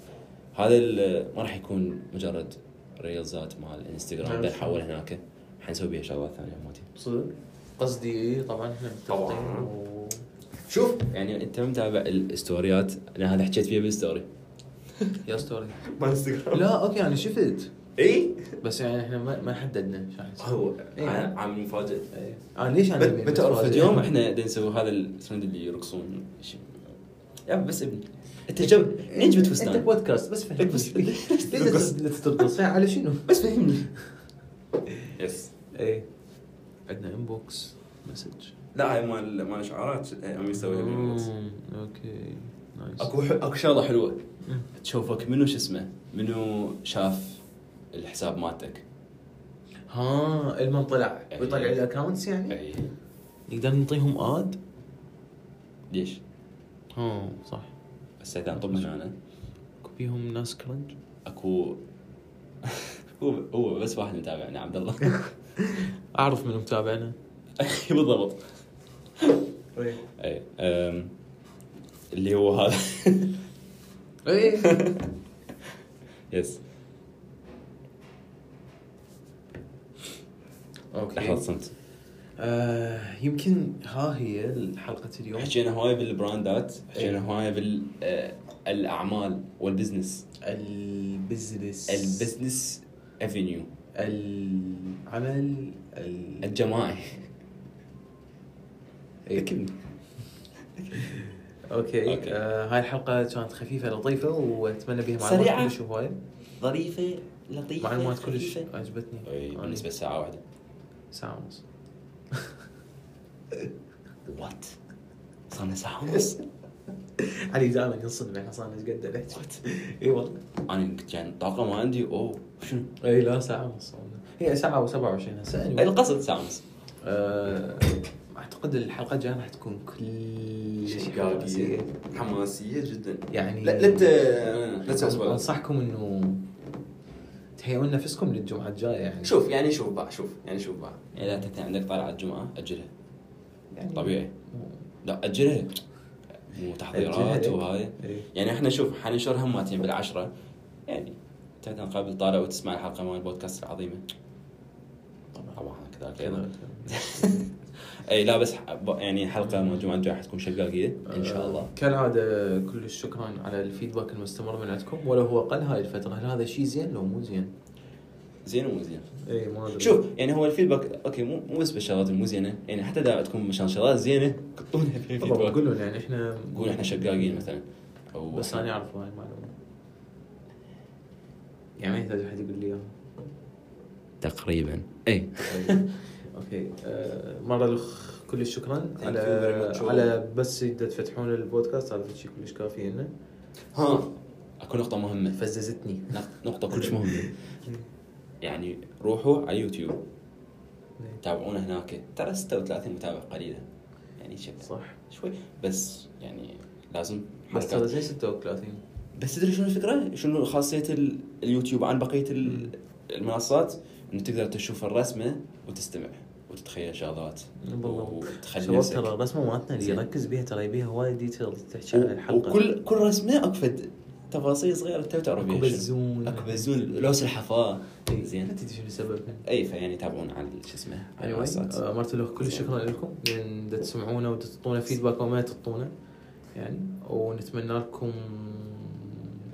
هذا ال- ما راح يكون مجرد ريلزات مال الانستغرام بل حول هناك حنسوي بها شغلات ثانيه مالتي صدق قصدي طبعا احنا طبعاً. متفقين و- شوف يعني انت متابع الستوريات انا هذا حكيت فيها بالستوري يا ستوري ما انستغرام لا اوكي انا شفت إيه؟ اي بس يعني احنا ما ما حددنا شو راح نسوي. هو إيه. عام- عام مفاجئ إيه. انا ليش انا آه. بت- بتعرف اليوم احنا دا نسوي هذا الترند اللي يرقصون شي- يا بس ابني انت جب لين إيه. جبت فستان؟ انت بودكاست بس فهمني بس- ليش لا ترقص على شنو؟ بس فهمني يس ايه عندنا انبوكس مسج لا هاي مال مال اشعارات عم مم، اوكي نايس اكو ح- اكو شغله حلوه مم. تشوفك منو شو اسمه منو شاف الحساب مالتك ها المهم طلع إيه. ويطلع الاكونتس يعني اي نقدر نعطيهم اد؟ ليش؟ ها صح بس اذا طب من انا كوبيهم ناس كرنج اكو هو هو بس واحد متابعنا عبد الله اعرف من متابعنا بالضبط اي أم، اللي هو هذا ايه يس لحظه اوكي صمت آه، يمكن ها هي حلقه اليوم حكينا هواي بالبراندات إيه. حكينا هواي بالاعمال والبزنس البزنس البزنس افينيو العمل ال... الجماعي إيه. ذكرني اوكي, أوكي. آه هاي الحلقه كانت خفيفه لطيفه واتمنى بها معلومات سريعة. كلش هواي ظريفه لطيفه معلومات كلش خفيفة. عجبتني اي أنا بالنسبه لساعه واحده ساعه ونص وات صارنا ساعه ونص علي دائما ينصدم احنا صار ايش قد نحكي اي والله انا قلت يعني طاقه ما عندي اوه شنو اي لا ساعه ونص والله. هي ساعه و27 هسه anyway. إيه، القصد ساعه ونص آه، اعتقد الحلقه الجايه راح تكون كلش حماسية. حماسيه جدا يعني لا لا ت- لا تسوي سبويلر. انصحكم انه تهيئون نفسكم للجمعه الجايه يعني شوف يعني شوف بقى شوف يعني شوف بقى يعني اذا انت عندك طلعه الجمعه اجلها يعني طبيعي لا اجلها مو تحضيرات أجلها. وهاي إيه. يعني احنا شوف حننشرها مرتين بالعشره يعني تعال قبل طالع وتسمع الحلقه مال البودكاست العظيمه طبعاً. طبعا كذلك ايضا اي لا بس ح- ب- يعني حلقه مال الجمعه الجايه حتكون شقاقيه ان شاء الله آه، كالعاده كل شكرا على الفيدباك المستمر من عندكم ولو هو قل هاي الفتره هل هذا شيء زين لو مو زين؟ زين ومو زين اي ما ادري شوف يعني هو الفيدباك اوكي مو مو بس بالشغلات المو زينه يعني حتى اذا عندكم مشان شغلات زينه قطونها في طبعا الفيدباك قولوا لنا يعني احنا قول احنا شقاقين مثلا او بس انا اعرف هاي المعلومه يعني ما يحتاج احد يقول لي اياها تقريبا إيه. اي اوكي أيوة. آه، مره الخ كلش شكرا Thank على you very much. على بس اذا تفتحون البودكاست هذا شيء كلش كافي لنا ها اكو نقطه مهمه فززتني نق- نقطة كلش مهمة يعني روحوا على يوتيوب تابعونا هناك ترى 36 متابع قليلة يعني شب صح شوي بس يعني لازم بس ترى حركات. زين 36 بس تدري شنو الفكرة؟ شنو خاصية ال- اليوتيوب عن بقية ال- المنصات؟ انه تقدر تشوف الرسمة وتستمع وتتخيل شغلات بالضبط. وتخلي شباب نفسك ترى الرسمه مالتنا اللي زين. يركز بيها ترى يبيها وايد ديتيلز تحكي عن و- الحلقه وكل كل رسمة اكو فد تفاصيل صغيرة انت ما تعرف اكو بيها شنو. بزون اكو بزون لوس الحفاة إي، زين ما تدري شنو السبب اي فيعني تابعون على شو اسمه على anyway المنصات آه، مرت له كل شكرا لكم لان دا تسمعونا ودا تعطونا فيدباك وما تعطونا يعني ونتمنى لكم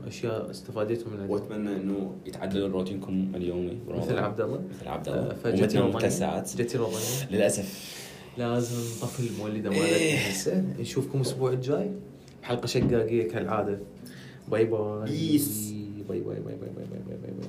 اشياء استفادتوا من عندنا. واتمنى انه يتعدل روتينكم اليومي برمضان. مثل عبد الله مثل عبد آه، الله فجت ومتنا الوطنية ثلاث ساعات جت الوطنية للاسف لازم نطفي المولدة إيه. مالتنا هسه نشوفكم الأسبوع الجاي بحلقة شقاقية كالعادة باي باي بيس. باي باي باي باي باي باي باي باي